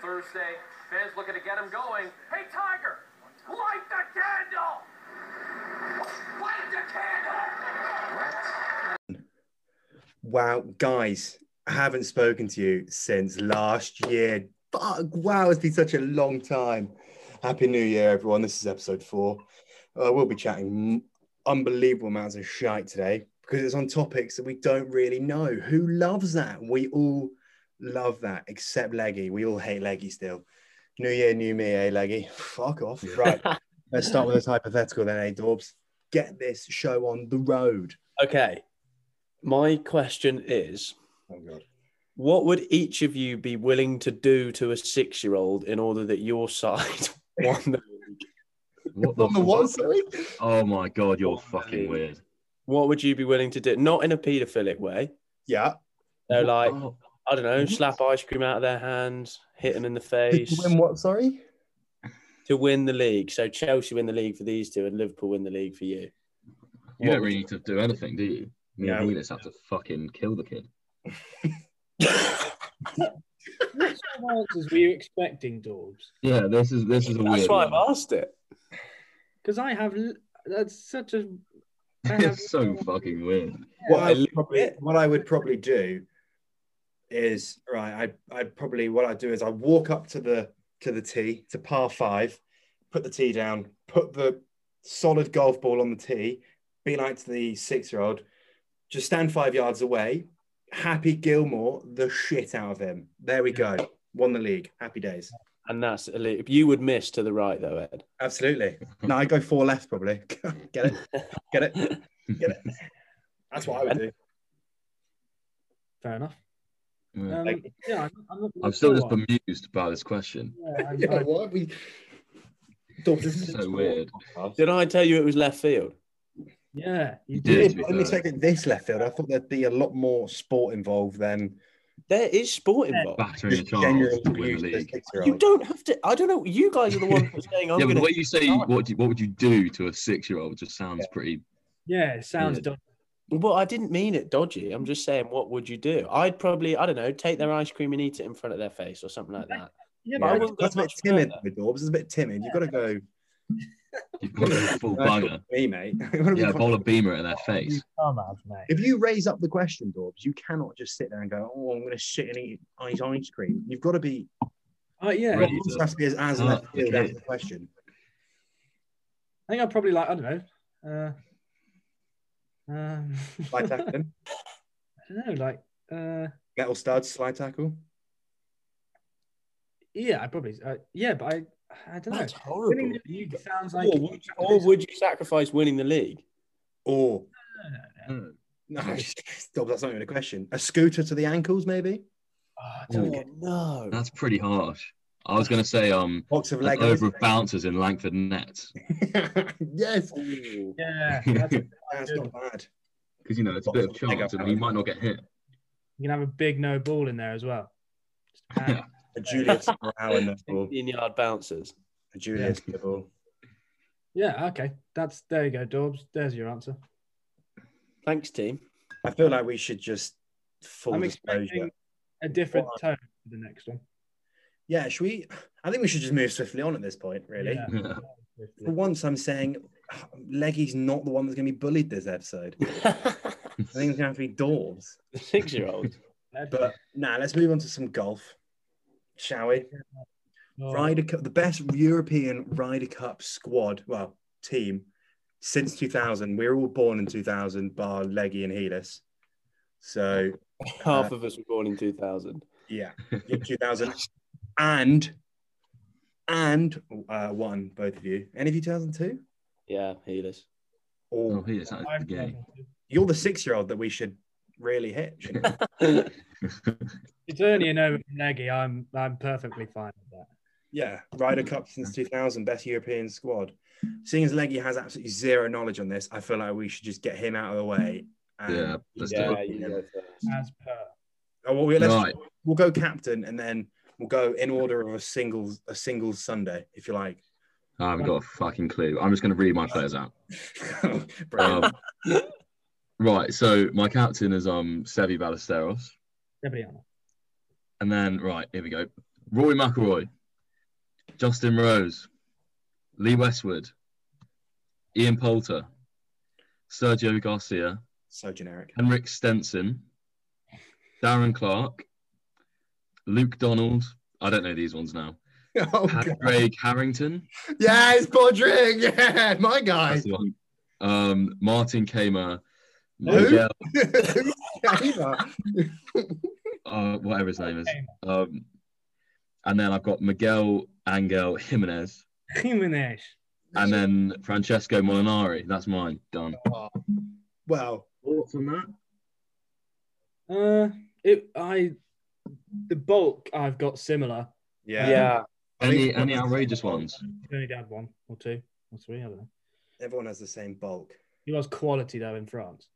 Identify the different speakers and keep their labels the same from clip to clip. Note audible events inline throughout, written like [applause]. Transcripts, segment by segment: Speaker 1: Thursday. Fans looking to get him going. Hey, Tiger, light the candle! Light the candle!
Speaker 2: Wow, guys, I haven't spoken to you since last year. Fuck, wow, it's been such a long time. Happy New Year, everyone. This is episode four. Uh, we'll be chatting unbelievable amounts of shite today because it's on topics that we don't really know. Who loves that? We all love that, except Leggy. We all hate Leggy still. New year, new me, eh, Leggy? Fuck off. [laughs] Right. Let's start with this hypothetical then, eh, Dorbs? Get this show on the road.
Speaker 3: Okay. My question is
Speaker 2: Oh, God.
Speaker 3: what would each of you be willing to do to a six year old in order that your [laughs] side won the league?
Speaker 4: [laughs] What
Speaker 2: On the
Speaker 4: fuck?
Speaker 2: one side?
Speaker 4: Oh my god, you're
Speaker 3: What the
Speaker 4: fucking
Speaker 3: league?
Speaker 4: weird.
Speaker 3: What would you be willing to do? Not in a paedophilic way.
Speaker 2: Yeah.
Speaker 3: So, like,
Speaker 4: Oh,
Speaker 3: I don't know,
Speaker 2: What?
Speaker 3: slap ice cream out of their hands, hit them in the face
Speaker 2: Did you win what? [laughs] Sorry?
Speaker 3: to win the league. So, Chelsea win the league for these two, and Liverpool win the league for you.
Speaker 4: you
Speaker 2: What
Speaker 4: don't
Speaker 2: would
Speaker 4: really need to do anything, do you? Me
Speaker 2: No.
Speaker 4: and Venus have to fucking kill the kid.
Speaker 5: What answers were you expecting, Dorbs?
Speaker 4: Yeah, this is this is a
Speaker 3: That's
Speaker 4: weird.
Speaker 3: why
Speaker 4: one. [laughs]
Speaker 3: I've asked it.
Speaker 5: Because I have. l- That's such a. I have-
Speaker 4: it's so fucking weird.
Speaker 2: what
Speaker 3: Yeah,
Speaker 2: I
Speaker 3: I
Speaker 2: would
Speaker 3: love
Speaker 2: probably
Speaker 3: it.
Speaker 2: what I would probably do is right. I I probably what I do is I walk up to the to the tee to par five, put the tee down, put the solid golf ball on the tee, be like to the six year old, just stand five yards away. Happy Gilmore, the shit out of him. There we go. Won the league. Happy days.
Speaker 3: And that's elite. You would miss to the right, though, Ed.
Speaker 2: [laughs] Absolutely. No, I go four left probably. [laughs] Get it. Get it. Get it. [laughs] That's what I would do.
Speaker 5: Fair enough.
Speaker 4: Yeah.
Speaker 5: Um,
Speaker 2: Like-
Speaker 5: yeah, I'm, I'm, not,
Speaker 4: I'm still just
Speaker 5: sure.
Speaker 4: bemused by this question.
Speaker 5: Yeah, I-
Speaker 2: Yeah,
Speaker 5: I-
Speaker 2: why we?
Speaker 4: is So a weird.
Speaker 3: Did I tell you it was left field?
Speaker 5: yeah, you
Speaker 4: did.
Speaker 5: did.
Speaker 2: Did
Speaker 4: to be
Speaker 2: only
Speaker 4: fair.
Speaker 2: expected this left field. I thought there'd be a lot more sport involved than
Speaker 3: There is sport involved.
Speaker 4: Battering a
Speaker 2: just
Speaker 4: child
Speaker 2: general
Speaker 4: to win
Speaker 2: abuse
Speaker 4: the
Speaker 2: to a
Speaker 4: league.
Speaker 3: You
Speaker 2: six-year-old.
Speaker 3: don't have to. I don't know. You guys are the ones who are saying I'm
Speaker 4: [laughs] yeah,
Speaker 3: going
Speaker 4: but the
Speaker 3: to.
Speaker 4: way you say what do you, what would you do to a six year old just sounds pretty.
Speaker 5: Yeah, it sounds
Speaker 4: Yeah.
Speaker 5: dodgy.
Speaker 3: Well, I didn't mean it dodgy. I'm just saying, what would you do? I'd probably, I don't know, take their ice cream and eat it in front of their face or something like that.
Speaker 5: Yeah,
Speaker 3: I
Speaker 5: but
Speaker 3: wouldn't go
Speaker 2: That's a bit
Speaker 3: much
Speaker 2: timid,
Speaker 3: further.
Speaker 2: though, Dorbs. It's a bit timid. You've got to
Speaker 4: [laughs]
Speaker 2: go
Speaker 4: You've
Speaker 3: [laughs]
Speaker 4: got a
Speaker 2: [laughs]
Speaker 4: full banger.
Speaker 2: me, mate. [laughs] You wanna be
Speaker 4: Yeah,
Speaker 2: con-
Speaker 4: bowl a beamer at their
Speaker 5: I would
Speaker 4: face.
Speaker 5: come out, mate.
Speaker 2: if you raise up the question, Dorbs, you cannot just sit there and go, "Oh, I'm going to sit and eat ice ice cream." You've got to be.
Speaker 5: Uh, yeah,
Speaker 4: Ready
Speaker 2: It
Speaker 4: to-
Speaker 2: has to be as, as
Speaker 4: Ah,
Speaker 2: left field
Speaker 4: okay.
Speaker 2: as the question.
Speaker 5: I think I'd probably like, I don't know. Uh, um,
Speaker 2: Slide tackle, him.
Speaker 5: [laughs] I don't know, like, uh,
Speaker 2: metal studs, slide tackle.
Speaker 5: yeah, I probably, uh, yeah, but I, I don't know.
Speaker 3: That's horrible.
Speaker 5: You sounds
Speaker 2: Oh,
Speaker 5: like
Speaker 3: Or would, or would you sacrifice winning the league?
Speaker 2: Or Hmm.
Speaker 4: Oh,
Speaker 2: [laughs] no, Dorbs, that's not even a question. A scooter to the ankles, maybe.
Speaker 5: Oh,
Speaker 4: Ooh.
Speaker 5: don't-
Speaker 3: Oh, no.
Speaker 4: That's pretty harsh. I was gonna say um
Speaker 2: Box of
Speaker 4: an
Speaker 2: Legos.
Speaker 4: over of bouncers in Langford nets.
Speaker 2: [laughs] yes,
Speaker 3: Ooh.
Speaker 4: [laughs]
Speaker 5: yeah, that's,
Speaker 4: Because
Speaker 2: that's not bad.
Speaker 4: you know it's a bit of chance and he might not get hit.
Speaker 5: you can have a big no ball in there as well. Just pan
Speaker 4: [laughs]
Speaker 5: it.
Speaker 2: A
Speaker 5: [laughs]
Speaker 2: Julius Brown in the ball.
Speaker 3: 15 yard bounces.
Speaker 2: A Julius in the ball.
Speaker 5: yeah, okay. That's there you go, Dorbs. There's your answer.
Speaker 3: Thanks,
Speaker 4: [laughs]
Speaker 3: team.
Speaker 2: I feel like we should just full
Speaker 5: I'm
Speaker 2: disclosure.
Speaker 5: expecting a different
Speaker 2: What?
Speaker 5: tone for the next one.
Speaker 2: Yeah, should we? I think we should just move swiftly on at this point, really.
Speaker 5: Yeah.
Speaker 4: Yeah.
Speaker 2: For once, I'm saying [sighs] Leggy's not the one that's going to be bullied this episode.
Speaker 3: the
Speaker 2: I think it's going to have to be Dawes.
Speaker 3: six year
Speaker 4: [laughs]
Speaker 3: old.
Speaker 2: But now nah, let's move on to some golf, shall we?
Speaker 5: Oh,
Speaker 2: Ryder Cup, the best European Ryder Cup squad, well, team since 2000. We were all born in 2000, bar Leggy and Helis. So
Speaker 3: Half of us were born in 2000.
Speaker 2: Yeah,
Speaker 4: [laughs]
Speaker 2: year 2000 and and uh, one, both of you. Any of you 2002?
Speaker 3: Yeah, healers.
Speaker 4: [laughs] Oh,
Speaker 2: Or
Speaker 4: he is out
Speaker 5: I've
Speaker 4: of the game.
Speaker 2: you're the six year old that we should really hit. shouldn't
Speaker 4: [laughs]
Speaker 2: we?
Speaker 5: It's only an over leggy. I'm I'm perfectly fine with that.
Speaker 2: yeah, Ryder Cup since 2000, best European squad. Seeing as Leggy has absolutely zero knowledge on this, I feel like we should just get him out of the way. And,
Speaker 4: Yeah, let's do
Speaker 3: Yeah,
Speaker 4: it.
Speaker 3: you go first.
Speaker 5: As per.
Speaker 2: Oh, well, we- let's-
Speaker 4: Right.
Speaker 2: we'll go captain and then we'll go in order of a singles a singles Sunday, if you like. [laughs]
Speaker 4: I haven't got a fucking clue. I'm just gonna read my players out.
Speaker 2: Brilliant. [laughs]
Speaker 4: Um, right, so my captain is um Sevi Ballesteros.
Speaker 5: Debriana.
Speaker 4: And then right, here we go. Roy McElroy, Justin Rose, Lee Westwood, Ian Poulter, Sergio Garcia,
Speaker 2: So generic.
Speaker 4: Henrik Stenson, Darren Clark, Luke Donald. I don't know these ones now.
Speaker 2: [laughs] Oh, God.
Speaker 4: Craig Harrington.
Speaker 2: Yes, Podrick. [laughs] Yeah, my guy.
Speaker 4: That's
Speaker 2: [laughs]
Speaker 4: the one. Um, Martin Kamer.
Speaker 2: Who?
Speaker 4: Miguel,
Speaker 2: Gamer.
Speaker 4: uh, whatever his name is. Um, and then I've got Miguel Angel Jimenez.
Speaker 5: [laughs] Jimenez.
Speaker 4: And then Francesco Molinari. That's mine. Done.
Speaker 2: well,
Speaker 4: Thoughts on that?
Speaker 5: Uh, it I the bulk I've got similar.
Speaker 2: yeah.
Speaker 3: yeah.
Speaker 2: I think
Speaker 4: Any any outrageous ones?
Speaker 5: You only had one or two or three. I don't know.
Speaker 2: Everyone has the same bulk.
Speaker 5: He was quality though in France.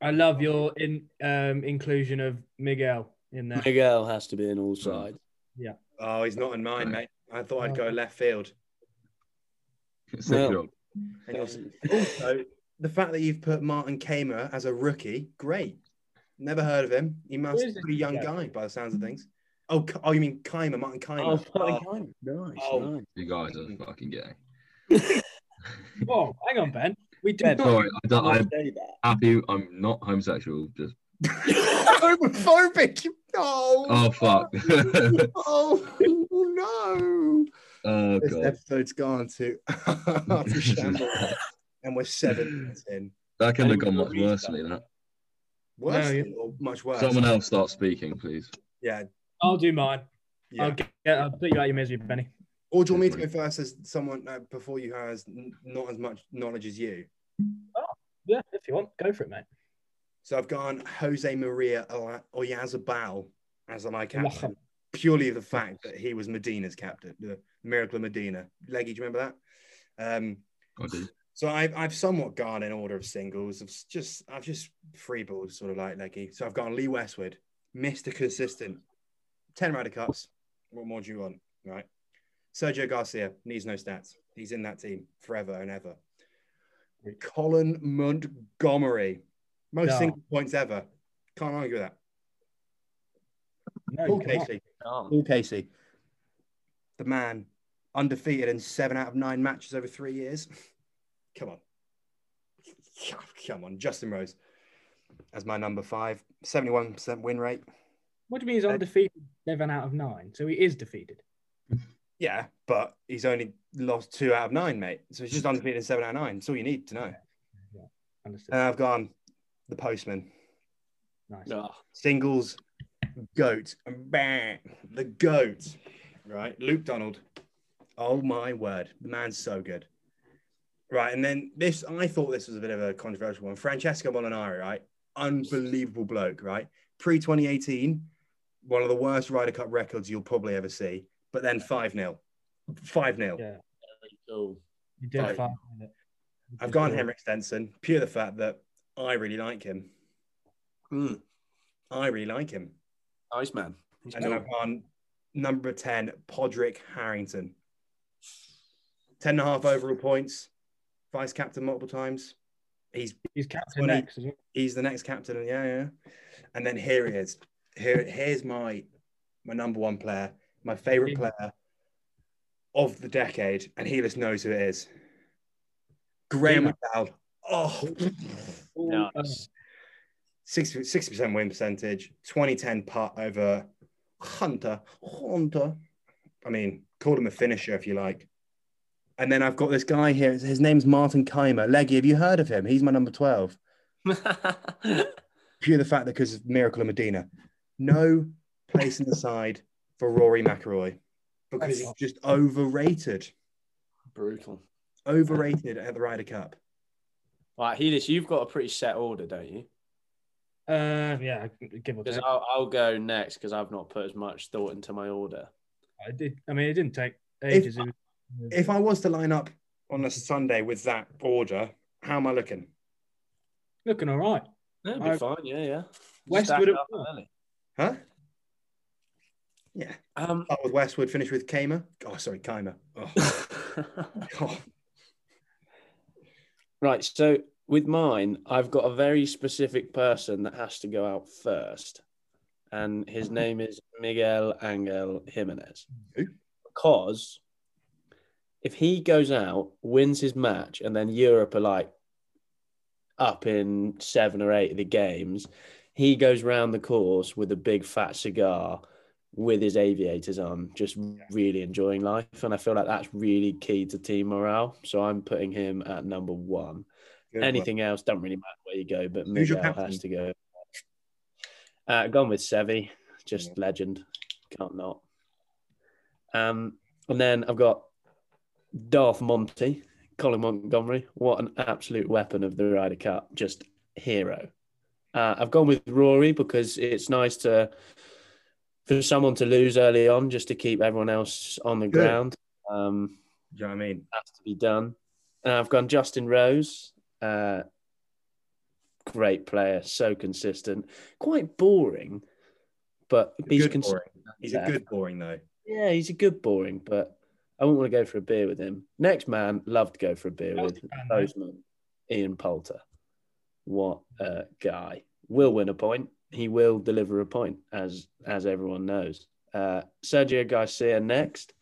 Speaker 5: I love your in um, inclusion of Miguel in there.
Speaker 3: Miguel has to be in
Speaker 4: Mm.
Speaker 3: all sides.
Speaker 2: Oh, he's not in mine, mate. I thought I'd go left field.
Speaker 4: Six year old.
Speaker 2: And also, also, the fact that you've put Martin Kamer as a rookie, great. Never heard of him. He must
Speaker 5: Who
Speaker 2: be
Speaker 5: is
Speaker 2: a
Speaker 5: it?
Speaker 2: pretty young
Speaker 5: Yeah.
Speaker 2: guy by the sounds of things. Oh, K- oh, you mean Keimer, Martin Keimer.
Speaker 3: Oh, fucking kind. nice.
Speaker 2: Oh.
Speaker 3: nice.
Speaker 4: You guys are fucking gay.
Speaker 5: Oh, hang on, Ben. We do
Speaker 3: Ben.
Speaker 5: not.
Speaker 4: Sorry, I don't, I'm
Speaker 3: Say that.
Speaker 4: happy. I'm not homosexual. Just
Speaker 2: homophobic. No.
Speaker 4: oh fuck. [laughs]
Speaker 2: [laughs] Oh, no.
Speaker 4: oh
Speaker 2: This
Speaker 4: god.
Speaker 2: episode's gone to utter
Speaker 4: [laughs]
Speaker 2: shambles, and we're seven minutes in.
Speaker 4: That could have gone much worse than that.
Speaker 2: Worse
Speaker 5: No,
Speaker 2: or much worse?
Speaker 4: Someone else start speaking, please.
Speaker 2: Yeah,
Speaker 5: I'll do mine.
Speaker 2: yeah.
Speaker 5: I'll get. I'll put you out of your misery, Benny.
Speaker 2: Or do you want me to go first as someone uh, before you has n- not as much knowledge as you?
Speaker 5: Yeah, if you want, go for it, mate.
Speaker 2: So I've gone Jose Maria Ola- Oyazabal as my captain,
Speaker 5: Olajuwon.
Speaker 2: purely the fact that he was Medina's captain, the Miracle of Medina. Leggy, do you remember that? Um,
Speaker 4: I do.
Speaker 2: so I've, I've somewhat gone in order of singles. I've s- just I've just freeballed sort of like Leggy. So I've gone Lee Westwood, Mr. Consistent, ten Ryder Cups. What more do you want, right? Sergio Garcia needs no stats. He's in that team forever and ever. Colin Montgomery, most
Speaker 5: No.
Speaker 2: single points ever. Can't argue with that.
Speaker 5: No,
Speaker 2: Paul
Speaker 5: come on.
Speaker 2: Casey,
Speaker 3: Oh,
Speaker 2: Paul Casey, the man undefeated in seven out of nine matches over three years. Come on. [laughs] Come on. Justin Rose as my number five, 71% win rate.
Speaker 5: What do you mean
Speaker 2: Uh,
Speaker 5: he's undefeated? Seven out of nine, so he is defeated.
Speaker 2: Yeah, but he's only lost two out of nine, mate. So [laughs] he's just undefeated in seven out of nine. That's all you need to know.
Speaker 5: Understood.
Speaker 2: And I've gone the postman.
Speaker 5: nice.
Speaker 3: no.
Speaker 2: singles goat bang the goat right luke donald oh my word the man's so good right and then this i thought this was a bit of a controversial one francesco molinari right unbelievable bloke right pre-2018 one of the worst Ryder Cup records you'll probably ever see but then 5-0 5-0
Speaker 5: Yeah.
Speaker 3: Cool.
Speaker 5: You did
Speaker 2: Right.
Speaker 5: fine with it. You
Speaker 2: i've
Speaker 5: did
Speaker 2: gone
Speaker 5: good.
Speaker 2: henrik stenson pure the fact that i really like him i really like him
Speaker 3: Nice Hmm. man. He's
Speaker 2: And then
Speaker 3: cool.
Speaker 2: I've gone number 10, Podrick Harrington. 10 and a half overall points, vice captain multiple times. He's
Speaker 5: He's captain
Speaker 2: Twenty-
Speaker 5: next. As well.
Speaker 2: he's the next captain. and Yeah, yeah. And then here he is. Here, here's my my number one player, my favorite player of the decade, and Helis knows who it is. Graham McDowell. Oh,
Speaker 5: uh,
Speaker 3: Nice.
Speaker 2: 60 percent win percentage, 2010 putt over Hunter. Hunter. I mean, call him a finisher if you like. And then I've got this guy here. His name's Martin Keimer. Leggy, have you heard of him? He's my number 12. Pure the fact that because of Miracle of Medina. No place in the side for Rory McIlroy because he's just overrated.
Speaker 3: [laughs] Brutal.
Speaker 2: Overrated at the Ryder Cup.
Speaker 3: Right, Helis, you've got a pretty set order, don't you?
Speaker 5: Uh, yeah, give or
Speaker 3: Because
Speaker 5: take.
Speaker 3: I'll, I'll go next because I've not put as much thought into my order.
Speaker 5: I did. I mean, it didn't take ages. It was-
Speaker 2: If I was to line up on a Sunday with that order, how am I looking?
Speaker 5: looking all right. [laughs]
Speaker 3: That'd be
Speaker 5: I-
Speaker 3: fine. Yeah, yeah.
Speaker 5: Westwood
Speaker 3: Stack
Speaker 5: at
Speaker 3: up
Speaker 5: four.
Speaker 3: early.
Speaker 2: Huh? Yeah.
Speaker 3: Um,
Speaker 2: Start with Westwood, finish with Kamer. Oh, sorry, Kamer. Oh,
Speaker 3: Um, [laughs]
Speaker 2: God.
Speaker 3: right. So with mine, I've got a very specific person that has to go out first, and his name is Miguel Angel Jimenez. Because if he goes out, wins his match, and then Europe are like up in seven or eight of the games, he goes round the course with a big fat cigar with his aviators on, just really enjoying life. And I feel like that's really key to team morale. So I'm putting him at number one.
Speaker 2: Good
Speaker 3: Anything else doesn't really matter where you go, but
Speaker 2: Who's your
Speaker 3: Miguel
Speaker 2: captain?
Speaker 3: has to go. Uh, gone with Sevi, just legend, can't not. Um, and then I've got Darth Monty, Colin Montgomery. What an absolute weapon of the Ryder Cup, just hero. Uh, I've gone with Rory because it's nice to for someone to lose early on just to keep everyone else on the
Speaker 2: Good.
Speaker 3: ground. Um,
Speaker 2: Do you know what I mean?
Speaker 3: has to be done. And I've gone Justin Rose, uh, great player, so consistent, quite boring, but he's
Speaker 2: good
Speaker 3: consistent.
Speaker 2: boring. He's a good boring though.
Speaker 3: Yeah, he's a good boring, but I wouldn't want to go for a beer with him. Next man, love to go for a beer
Speaker 5: That was
Speaker 3: with
Speaker 5: the plan, mate.
Speaker 3: Bozeman, Ian Poulter. What a guy! Will win a point. He will deliver a point, as as everyone knows. Uh, Sergio Garcia next.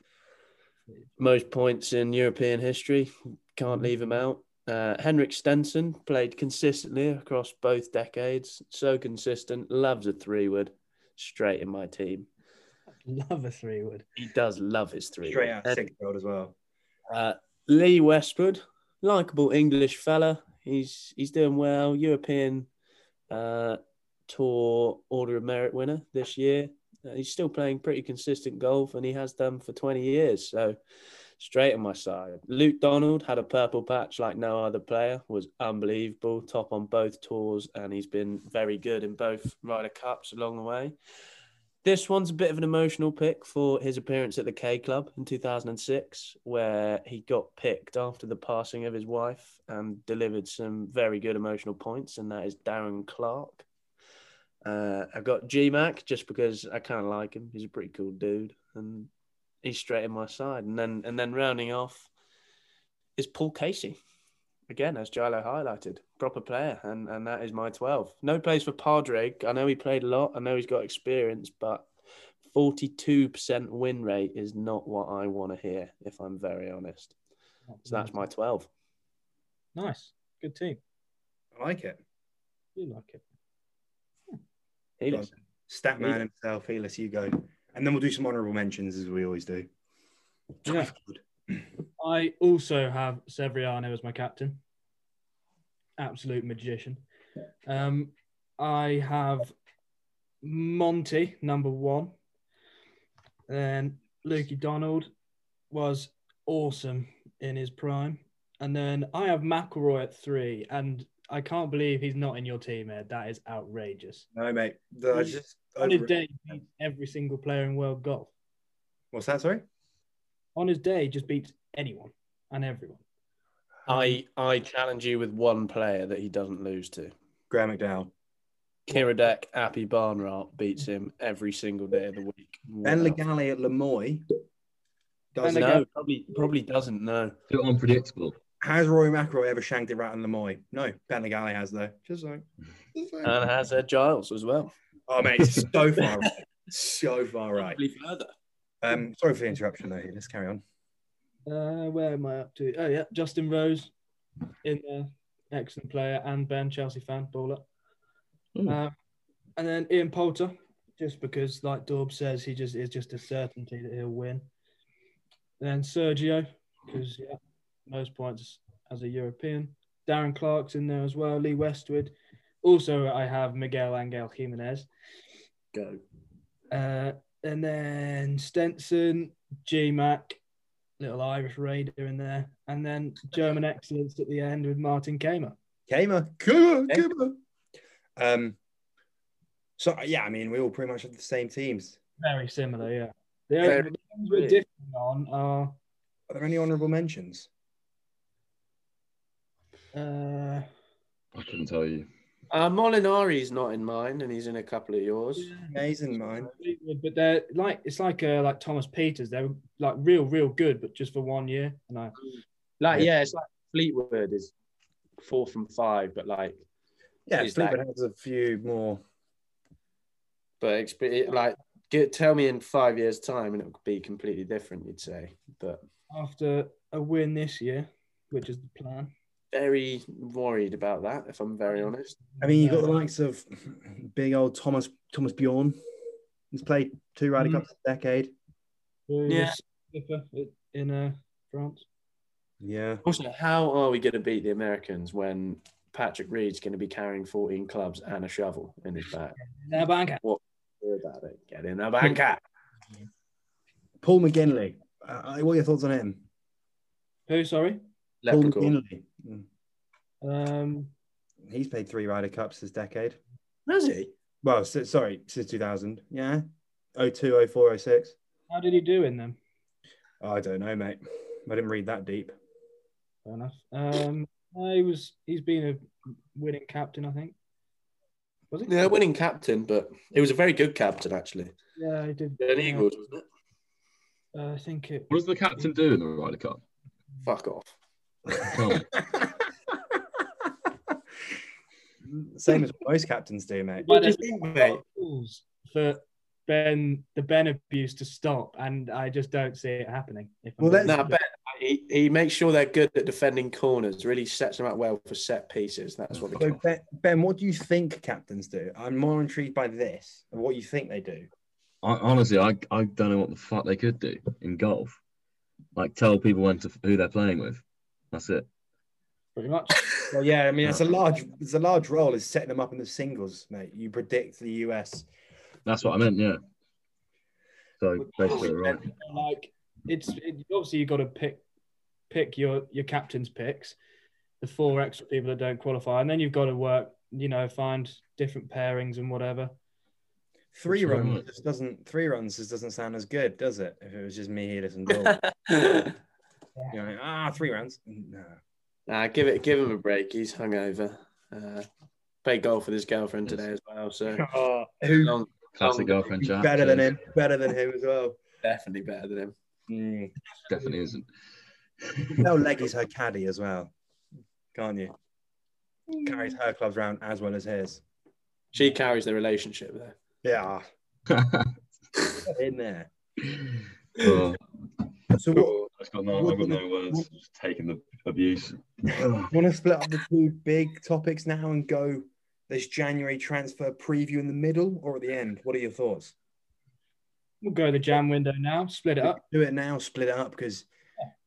Speaker 3: Most points in European history. Can't leave him out. Uh, Henrik Stenson played consistently across both decades. So consistent. Loves a three wood. Straight in my team.
Speaker 5: Love a three wood.
Speaker 3: He does love his three.
Speaker 2: Straight out
Speaker 3: And,
Speaker 2: six year old as well.
Speaker 3: uh, Lee Westwood, likable English fella. He's he's doing well. European uh, Tour Order of Merit winner this year. Uh, he's still playing pretty consistent golf, and he has done for twenty years. So straight on my side. Luke Donald had a purple patch like no other player. Was unbelievable. Top on both tours, and he's been very good in both Ryder Cups along the way. This one's a bit of an emotional pick for his appearance at the K Club in 2006, where he got picked after the passing of his wife and delivered some very good emotional points, and that is Darren Clark. Uh, I've got G Mac just because I kind of like him. He's a pretty cool dude, and he's straight in my side. And then and then rounding off is Paul Casey. Again, as Gilo highlighted, proper player, and, and that is my 12. No plays for Padraig. I know he played a lot. I know he's got experience, but 42% win rate is not what I want to hear, if I'm very honest. So that's my 12.
Speaker 5: nice. Good team.
Speaker 2: I like it.
Speaker 5: You like it.
Speaker 3: Helis.
Speaker 2: Stat man
Speaker 3: Heath.
Speaker 2: himself, Helis, you go. And then we'll do some honorable mentions as we always do.
Speaker 5: Yeah. I also have Severiano as my captain. Absolute magician. Um, I have Monty, number one. Then Lukey Donald was awesome in his prime. And then I have McElroy at three. And I can't believe he's not in your team, Ed. That is outrageous.
Speaker 2: No, mate. The- I
Speaker 5: Heath.
Speaker 2: just,
Speaker 5: On his
Speaker 2: over-
Speaker 5: day, he beats every single player in world golf.
Speaker 2: What's that? Sorry?
Speaker 5: On his day, he just beats anyone and everyone.
Speaker 3: I, I challenge you with one player that he doesn't lose to.
Speaker 2: Graham McDowell.
Speaker 3: Kiradek Appy Barnhart beats him every single day of the week.
Speaker 2: Ben
Speaker 3: Wow.
Speaker 2: Legale at Lemoy
Speaker 5: Ben
Speaker 2: does
Speaker 5: Leg-
Speaker 3: No, probably, probably doesn't know.
Speaker 4: Too unpredictable.
Speaker 2: Has Roy McIlroy ever shanked it right in Lemoy? No, Ben Legale has though. Just like, just like-
Speaker 3: And has uh, Giles as well.
Speaker 2: oh mate, it's so far right, so far right.
Speaker 3: Probably further.
Speaker 2: Um, sorry for the interruption though. Here, let's carry on.
Speaker 5: Uh, where am I up to? Oh yeah, Justin Rose in there, excellent player, and Ben Chelsea fan, baller.
Speaker 4: Ooh.
Speaker 5: Um, and then Ian Poulter, just because, like Daub says, he just is just a certainty that he'll win. Then Sergio, because yeah, most points as a European. Darren Clark's in there as well. Lee Westwood. Also, I have Miguel Angel Jimenez.
Speaker 3: Go.
Speaker 5: Uh, and then Stenson, G Mac, little Irish Raider in there, and then German excellence at the end with Martin Kamer.
Speaker 2: Kamer, Kamer, Kamer. Um, so uh, yeah, I mean, we all pretty much have the same teams.
Speaker 5: Very similar, yeah. The
Speaker 2: Very
Speaker 5: only the ones we're different on are
Speaker 2: Are there any honourable mentions?
Speaker 5: uh,
Speaker 4: I couldn't tell you.
Speaker 3: Uh, Molinari's not in mine, and he's in a couple of yours.
Speaker 2: Amazing, mine.
Speaker 5: but they're like it's like uh, like Thomas Peters. They're like real, real good, but just for one year. And I
Speaker 3: Like, yeah. it's like Fleetwood is four from five, but like,
Speaker 2: Yeah,
Speaker 3: Is
Speaker 2: Fleetwood
Speaker 3: that-
Speaker 2: has a few more
Speaker 3: But exp- it, like, get, tell me in five years' time, and it would be completely different. You'd say, but
Speaker 5: After a win this year, which is the plan.
Speaker 3: very worried about that. If I'm very honest,
Speaker 2: I mean, you've got
Speaker 5: Uh,
Speaker 2: the likes of big old Thomas Thomas Bjorn. He's played two Ryder
Speaker 5: Mm.
Speaker 2: Cups a decade.
Speaker 5: who
Speaker 3: Yeah.
Speaker 5: was in uh, France.
Speaker 2: Yeah.
Speaker 3: also, how are we going to beat the Americans when Patrick Reed's going to be carrying 14 clubs and a shovel in his [laughs] bag?
Speaker 5: Their bank.
Speaker 3: Hear about it. Get in the banker.
Speaker 2: Paul McGinley. Uh, what are your thoughts on him?
Speaker 5: Who? Sorry.
Speaker 2: Paul
Speaker 3: Leprechaun.
Speaker 2: McGinley. Mm.
Speaker 5: Um,
Speaker 2: He's played three Ryder Cups this decade.
Speaker 3: Has he?
Speaker 2: Well, si- sorry, since 2000. Yeah. 02, 04, 06.
Speaker 5: how did he do in them?
Speaker 2: Oh, I don't know, mate. I didn't read that deep.
Speaker 5: Fair enough. Um, no, he was. He's been a winning captain, I think. Was he?
Speaker 3: Yeah, winning captain, but he was a very good captain actually.
Speaker 5: Yeah, he did.
Speaker 3: An Eagles, wasn't it?
Speaker 5: Uh, I think it.
Speaker 4: What does the captain do in the Ryder Cup?
Speaker 3: Fuck off.
Speaker 4: Tell me.
Speaker 2: Same as most captains do, mate.
Speaker 5: But
Speaker 3: do you think, mate?
Speaker 5: rules for Ben the Ben abuse to stop, and I just don't see it happening. If I'm
Speaker 2: Well,
Speaker 5: being-
Speaker 2: let's-
Speaker 3: No, Ben, he, he makes sure they're good at defending corners, really sets them up well for set pieces. That's what we
Speaker 2: So
Speaker 3: call
Speaker 2: ben, ben, what do you think captains do? I'm more intrigued by this and what you think they do.
Speaker 4: I, honestly, I, I don't know what the fuck they could do in golf. Like tell people when to who they're playing with. That's it.
Speaker 5: pretty much.
Speaker 2: Well, yeah, I mean, it's a large, it's a large role is setting them up in the singles, mate. You predict the US.
Speaker 4: That's what I meant. Yeah. So basically, they're right.
Speaker 5: Like it's it, obviously you got to pick pick your your captain's picks, the four extra people that don't qualify, and then you've got to work. You know, find different pairings and whatever.
Speaker 2: Three
Speaker 4: That's
Speaker 2: runs
Speaker 4: right.
Speaker 2: just doesn't. Three runs just doesn't sound as good, does it? If it was just me here and [laughs] Dole,
Speaker 3: it.
Speaker 2: you know, ah, three rounds. No.
Speaker 3: nah, give it, give him a break. He's hungover. Uh, played golf with his girlfriend today as well, so
Speaker 2: Who
Speaker 3: long,
Speaker 4: Classic girlfriend chat.
Speaker 2: better than
Speaker 4: cheers.
Speaker 2: him? Better than him as well.
Speaker 3: definitely better than him.
Speaker 2: Mm.
Speaker 4: Definitely isn't. [laughs]
Speaker 2: They'll leggies her caddy as well, can't you? Carries her clubs around as well as his.
Speaker 3: She carries the relationship though.
Speaker 2: Yeah, in there.
Speaker 4: Oh,
Speaker 2: So what,
Speaker 4: I've got no, I've got no words. Just taking the [sighs] abuse.
Speaker 2: want to split up the two big topics now and go this January transfer preview in the middle or at the end? What are your thoughts?
Speaker 5: We'll go to the jam window now. Split it up.
Speaker 2: Do it now, split it up because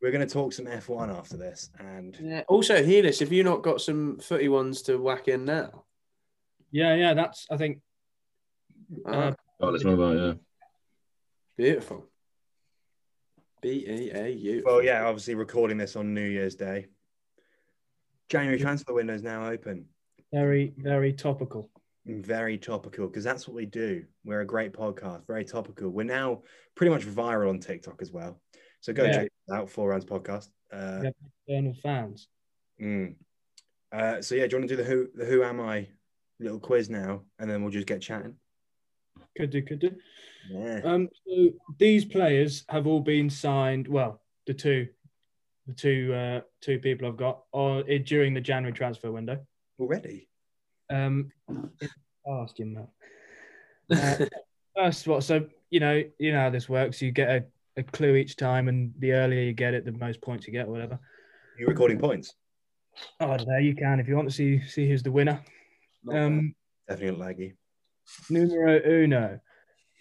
Speaker 2: we're going to talk some F1 after this. And
Speaker 3: Yeah. Also, Helis, have you not got some footy ones to whack in now?
Speaker 5: Yeah, yeah. That's I think
Speaker 3: Ah,
Speaker 4: Oh, let's move on. Yeah.
Speaker 3: beautiful. B E A U.
Speaker 2: well, yeah, obviously recording this on New Year's Day. January transfer window is now open.
Speaker 5: very very topical.
Speaker 2: Very topical because that's what we do. We're a great podcast, very topical. We're now pretty much viral on TikTok as well. So go
Speaker 5: Yeah.
Speaker 2: check it out, Four Rounds Podcast. Uh,
Speaker 5: Yeah. External fans.
Speaker 2: Mm. Uh, so yeah, do you want to do the who the who am I little quiz now, and then we'll just get chatting.
Speaker 5: Could do, could do.
Speaker 2: Yeah.
Speaker 5: Um, so these players have all been signed. Well, the two, the two, uh, two people I've got are eh, during the January transfer window.
Speaker 2: Already.
Speaker 5: Um, ask him that. Uh, First, what? So you know, you know how this works. You get a, a clue each time, and the earlier you get it, the most points you get, or whatever.
Speaker 2: You're recording points.
Speaker 5: Oh, I don't know. You can if you want to see see who's the winner. Um,
Speaker 2: Definitely not laggy.
Speaker 5: numero uno.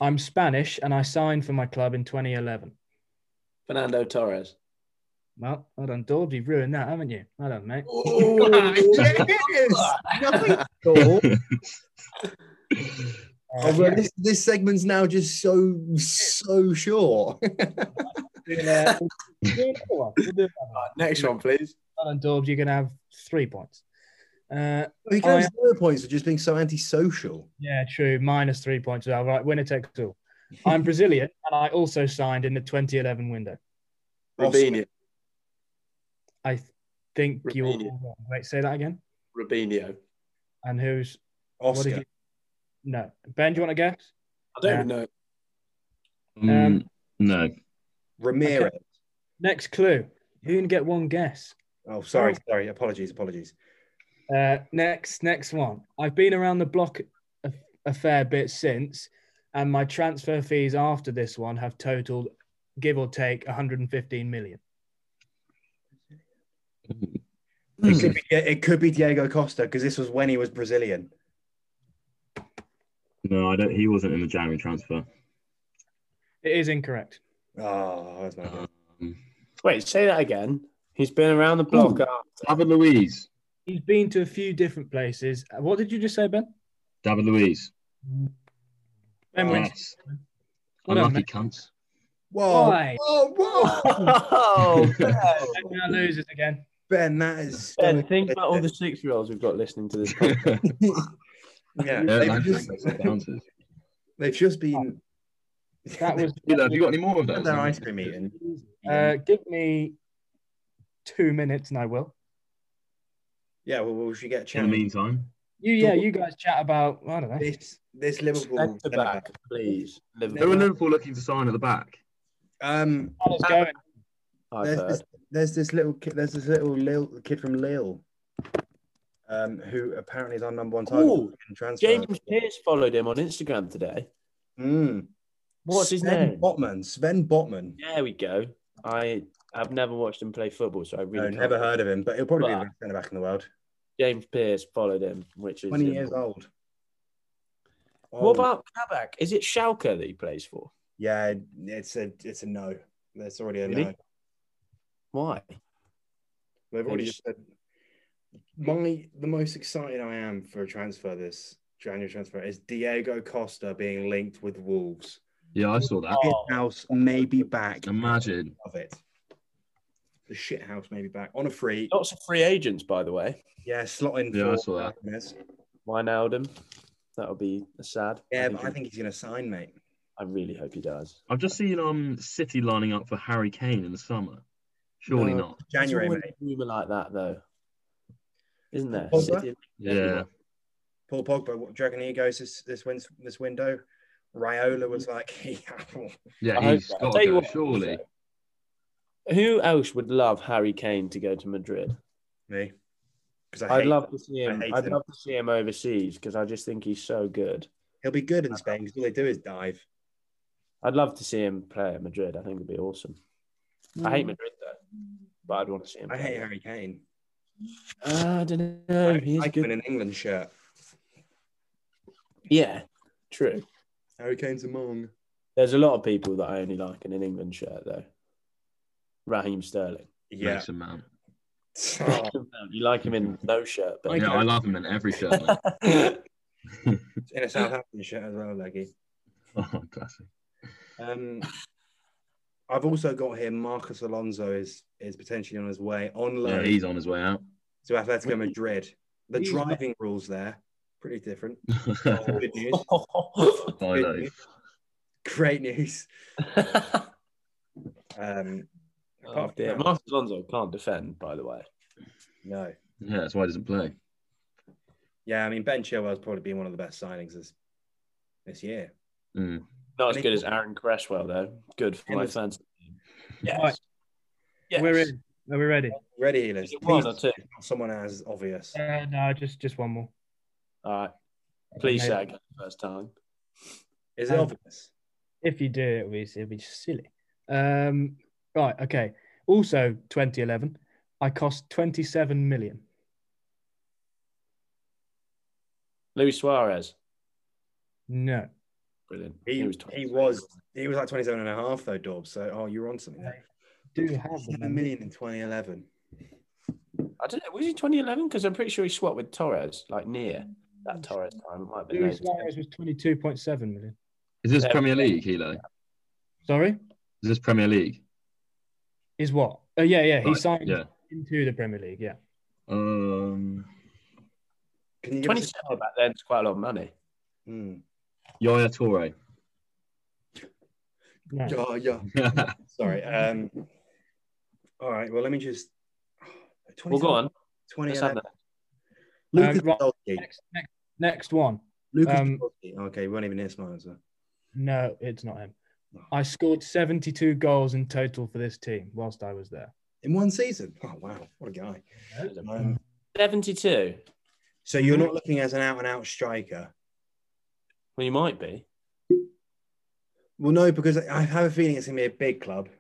Speaker 5: I'm Spanish, and I signed for my club in 2011.
Speaker 3: Fernando Torres.
Speaker 5: Well, well done, Daubs. You've ruined that, haven't you? Well done,
Speaker 2: Oh,
Speaker 5: mate.
Speaker 2: [laughs] Cool.
Speaker 5: Uh,
Speaker 2: Oh, well, [laughs] this, this segment's now just so so short. [laughs]
Speaker 5: We'll, uh, we'll do another one. We'll do another one.
Speaker 3: [laughs] Next one, please.
Speaker 5: Well done, Daubs. You're going to have three points. Uh,
Speaker 2: he claims zero points for just being so antisocial.
Speaker 5: yeah, true. Minus three points. All right, winner takes all. I'm Brazilian, [laughs] and I also signed in the 2011 window.
Speaker 3: Rubinho.
Speaker 5: I th- think you're
Speaker 3: Romania.
Speaker 5: all wrong. Wait, say that again.
Speaker 3: Rubinho.
Speaker 5: And who's what
Speaker 2: Oscar.
Speaker 5: did you? No, Ben. Do you want to guess?
Speaker 3: I don't
Speaker 5: Yeah.
Speaker 3: even know.
Speaker 4: Mm, no.
Speaker 2: Ramirez.
Speaker 5: Next clue. You can get one guess.
Speaker 2: Oh, sorry, sorry. Apologies, apologies.
Speaker 5: Uh, next, next one. I've been around the block a, a fair bit since, and my transfer fees after this one have totaled, give or take, 115 million.
Speaker 2: It could be, it could be Diego Costa because this was when he was Brazilian.
Speaker 4: No, I don't. He wasn't in the January transfer.
Speaker 5: It is incorrect.
Speaker 2: Oh, that's my guess.
Speaker 4: Um,
Speaker 3: Wait, say that again. He's been around the block.
Speaker 4: Ooh. David Luiz.
Speaker 5: He's been to a few different places. Uh, What did you just say, Ben?
Speaker 4: David Luiz.
Speaker 5: Ben
Speaker 2: Oh.
Speaker 5: Wins.
Speaker 4: Yes.
Speaker 5: What up,
Speaker 4: Unlucky
Speaker 5: mate? [laughs]
Speaker 4: cunts. [laughs]
Speaker 2: Whoa,
Speaker 5: Why?
Speaker 2: whoa, whoa.
Speaker 3: Oh,
Speaker 5: And now loses again.
Speaker 2: [laughs] Ben, that is.
Speaker 3: Ben, think about all the six-year-olds we've got listening to this. podcast.
Speaker 2: Yeah,
Speaker 4: Yeah,
Speaker 2: they've,
Speaker 4: that's
Speaker 2: just,
Speaker 4: the bouncers. [laughs]
Speaker 2: they've just been. [laughs]
Speaker 5: That was.
Speaker 4: You know, have you got any more of
Speaker 2: They had
Speaker 4: those?
Speaker 2: their ice cream eating.
Speaker 5: Uh, give me two minutes, and I will.
Speaker 2: Yeah, well, we should get a
Speaker 4: In the
Speaker 2: channel.
Speaker 4: meantime,
Speaker 5: You, yeah, you guys chat about. I don't know.
Speaker 2: This this Liverpool
Speaker 3: Centre back, please.
Speaker 4: who are
Speaker 3: Liverpool.
Speaker 4: Liverpool looking to sign at the back?
Speaker 2: Um,
Speaker 5: How it's going.
Speaker 3: I've
Speaker 2: there's
Speaker 3: heard.
Speaker 2: this, there's this little kid. There's this little Lil, kid from Lille, um, who apparently is our number one target
Speaker 3: Ooh,
Speaker 2: in transfer.
Speaker 3: James Pierce followed him on Instagram today.
Speaker 2: Mm.
Speaker 3: What's his
Speaker 2: Sven
Speaker 3: name?
Speaker 2: Botman. Sven Botman.
Speaker 3: There we go. I have never watched him play football, so I really
Speaker 2: No,
Speaker 3: can't-
Speaker 2: never heard of him, but he'll probably be
Speaker 3: But-
Speaker 2: the best centre back in the world.
Speaker 3: James Pierce followed him, which is
Speaker 2: Twenty years old.
Speaker 3: What
Speaker 2: Oh,
Speaker 3: about Kabak? Is it Schalke that he plays for?
Speaker 2: Yeah, it's a it's a no. That's already a
Speaker 3: Really?
Speaker 2: no.
Speaker 3: Why?
Speaker 2: They've already
Speaker 3: It's-
Speaker 2: just said my the most excited I am for a transfer this January transfer is Diego Costa being linked with Wolves.
Speaker 4: Yeah, I saw that.
Speaker 2: Shit house may be back.
Speaker 4: Imagine.
Speaker 2: Love it. The shit house may be back on a free.
Speaker 3: Lots of free agents, by the way.
Speaker 2: Yeah, slot in
Speaker 4: Oh. Yeah, I
Speaker 2: for
Speaker 4: saw that.
Speaker 2: Martinez.
Speaker 3: Wijnaldum. That'll be sad.
Speaker 2: Yeah,
Speaker 3: I
Speaker 2: but
Speaker 3: think
Speaker 2: I think he's gonna sign, mate.
Speaker 3: I really hope he does.
Speaker 4: I've just seen um City lining up for Harry Kane in the summer. Surely
Speaker 3: No.
Speaker 4: not.
Speaker 2: January,
Speaker 3: There's
Speaker 2: mate.
Speaker 3: always a Rumor like that, though, isn't there?
Speaker 2: Pogba?
Speaker 3: City-
Speaker 4: Yeah.
Speaker 2: Paul Pogba, what do you reckon he goes this this win, this window? Raiola was like, [laughs] yeah,
Speaker 4: Yeah,
Speaker 3: I hope
Speaker 4: he's
Speaker 3: so.
Speaker 4: got
Speaker 3: Tell
Speaker 4: to
Speaker 3: you
Speaker 4: go,
Speaker 3: what,
Speaker 4: surely.
Speaker 3: Who else would love Harry Kane to go to Madrid?
Speaker 2: me. Because I
Speaker 3: I'd
Speaker 2: hate
Speaker 3: love to see him.
Speaker 2: hate
Speaker 3: I'd
Speaker 2: him.
Speaker 3: love to see him overseas because I just think he's so good.
Speaker 2: he'll be good in Spain because all they do is dive.
Speaker 3: I'd love to see him play at Madrid. I think it'd be awesome. I hate Madrid though, but I'd want to see him.
Speaker 2: I
Speaker 3: play
Speaker 2: hate
Speaker 3: there.
Speaker 2: Harry Kane.
Speaker 3: I don't know.
Speaker 2: I
Speaker 3: He's
Speaker 2: like him in
Speaker 3: good.
Speaker 2: an England shirt.
Speaker 3: Yeah, true.
Speaker 2: Harry Kane's among.
Speaker 3: There's a lot of people that I only like in an England shirt though. Raheem Sterling.
Speaker 2: Yeah. [laughs]
Speaker 4: Mason Mount.
Speaker 2: Oh,
Speaker 3: You like him in no shirt, but [laughs]
Speaker 4: Yeah, I love him in every shirt. [laughs] mate.
Speaker 2: in a Southampton shirt as well, Leggy.
Speaker 4: oh, classic.
Speaker 2: Um, I've also got here Marcus Alonso is is potentially on his way on
Speaker 4: Yeah,
Speaker 2: loan
Speaker 4: he's on his way out. [laughs]
Speaker 2: to Atletico Madrid. The
Speaker 5: He's-
Speaker 2: driving rules there pretty different.
Speaker 4: Oh,
Speaker 2: Good news.
Speaker 4: By low.
Speaker 2: Great
Speaker 3: [laughs]
Speaker 2: news. Um,
Speaker 3: oh
Speaker 2: apart from
Speaker 3: dear,
Speaker 2: that,
Speaker 3: Marcus Alonso can't defend. By the way,
Speaker 2: no.
Speaker 4: Yeah, that's why he doesn't play.
Speaker 2: Yeah, I mean Ben Chilwell's probably been one of the best signings this this year.
Speaker 4: Mm.
Speaker 3: not as
Speaker 2: Nick-
Speaker 3: good as Aaron Cresswell though. Good for my
Speaker 2: Henderson.
Speaker 3: fans. Yes.
Speaker 5: Right.
Speaker 3: yes.
Speaker 5: We're in. Are we ready?
Speaker 2: Ready healers.
Speaker 3: Is it one or
Speaker 2: Please,
Speaker 3: two?
Speaker 2: someone as obvious.
Speaker 5: Uh, no, just just one more.
Speaker 3: All right. Please
Speaker 5: Okay.
Speaker 3: say again the first time.
Speaker 2: Is it
Speaker 5: um,
Speaker 2: obvious?
Speaker 5: If you do, it'll be, it'll be silly. Um, right. Okay. Also, 2011, I cost 27 million.
Speaker 3: Luis Suarez.
Speaker 5: No.
Speaker 3: Brilliant.
Speaker 2: He, he was
Speaker 3: 23.
Speaker 2: he was like 27 and a half though, Dobbs. So oh, you're on something there.
Speaker 5: Do have the
Speaker 2: Seven
Speaker 5: money.
Speaker 2: million in 2011.
Speaker 3: I don't know. Was he 2011? Because I'm pretty sure he swapped with Torres, like near that Torres time. It might have been
Speaker 5: Luis
Speaker 3: later.
Speaker 5: Suarez was 22.7 million.
Speaker 4: Is this
Speaker 3: Yeah.
Speaker 4: Premier League, Hilo? Is
Speaker 5: Sorry,
Speaker 4: this Premier League?
Speaker 5: is what? Oh yeah, yeah. He
Speaker 4: Right,
Speaker 5: signed
Speaker 4: Yeah.
Speaker 5: into the Premier League. Yeah.
Speaker 4: Um,
Speaker 2: Can you give us
Speaker 3: 27
Speaker 2: a
Speaker 3: back then is quite a lot of money.
Speaker 2: Hmm.
Speaker 4: Yaya Toure. [laughs]
Speaker 5: No.
Speaker 2: Yeah, yeah. Sorry. Um, all right. Well, let me just. [sighs]
Speaker 3: Well, go on. Let's have
Speaker 2: 2011.
Speaker 3: that.
Speaker 2: Lucas
Speaker 5: Um, right.
Speaker 2: Podolski.
Speaker 5: Next, next, next one.
Speaker 2: Lucas
Speaker 5: um,
Speaker 2: Podolski. Okay, we won't even hear smiles. Well.
Speaker 5: No, it's not him. I scored 72 goals in total for this team whilst I was there.
Speaker 2: In one season. [laughs] Oh wow, what a guy. Um,
Speaker 3: 72.
Speaker 2: so you're not looking as an out and out striker.
Speaker 3: Well, you might be.
Speaker 2: Well, no, because I I have a feeling it's going to be a big club.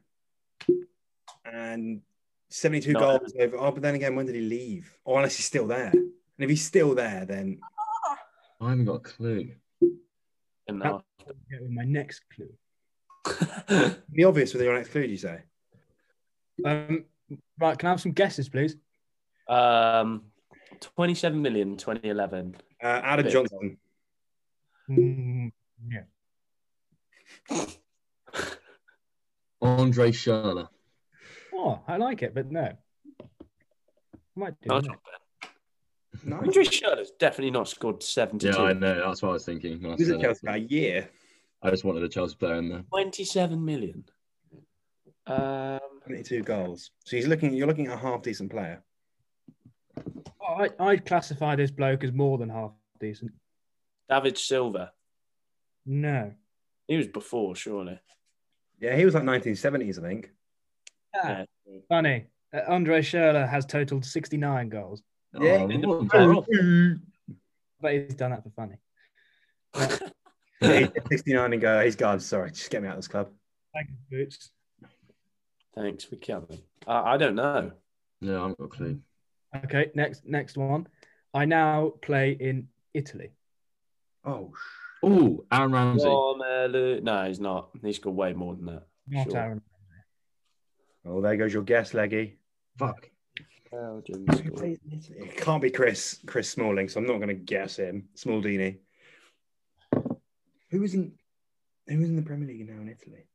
Speaker 2: And 72
Speaker 3: No.
Speaker 2: goals over. Oh, but then again, when did he leave? Or unless he's still there. And if he's still there, then
Speaker 4: I haven't got a clue.
Speaker 3: And
Speaker 5: That- Get with my next clue.
Speaker 3: I-
Speaker 2: be obvious with your next clue, do you say?
Speaker 5: Um, right, can I have some guesses, please?
Speaker 3: [laughs] um, 27 million 2011.
Speaker 2: Uh, Adam
Speaker 3: Big.
Speaker 2: Johnson.
Speaker 5: Mm,
Speaker 4: Andre Sharla.
Speaker 5: Oh, I like it, but no. I might do.
Speaker 3: Nice
Speaker 5: that.
Speaker 3: one,
Speaker 2: [laughs] No.
Speaker 3: Ben. Andrew Schurrle's definitely not scored 72.
Speaker 4: Yeah, I know. That's what I was thinking. when I
Speaker 2: He was
Speaker 4: said
Speaker 2: at
Speaker 4: it.
Speaker 2: Chelsea for a year.
Speaker 4: I just wanted a Chelsea player in there.
Speaker 3: 27 million. Um,
Speaker 2: 72 goals. So he's looking, you're looking at a half decent player.
Speaker 5: Oh, I, I'd classify this bloke as more than half decent.
Speaker 3: David Silva.
Speaker 5: No.
Speaker 3: He was before, surely.
Speaker 2: Yeah, he was like 1970s, I think.
Speaker 5: Ah, Funny. Uh, Andre Schurrle has totaled 69 goals.
Speaker 2: Yeah.
Speaker 4: Oh, what a drop.
Speaker 5: But he's done that for funny.
Speaker 2: Yeah, [laughs] he did 69 and go, he's gone. Sorry, just get me out of this club.
Speaker 5: Thank you, Boots.
Speaker 3: Thanks for coming. I I don't know.
Speaker 4: Yeah, I haven't got a clue.
Speaker 5: Okay, next next one. I now play in Italy.
Speaker 2: Oh,
Speaker 4: Oh, Aaron Ramsey.
Speaker 3: Romelu- No, he's not. He's got way more than that.
Speaker 5: Not
Speaker 3: Sure.
Speaker 5: Aaron.
Speaker 2: oh there goes your guess, Leggy.
Speaker 4: Fuck.
Speaker 3: Belgium scored.
Speaker 2: It can't be Chris Chris Smalling, so I'm not going to guess him. Smaldini. Who isn't who is in the Premier League now in Italy?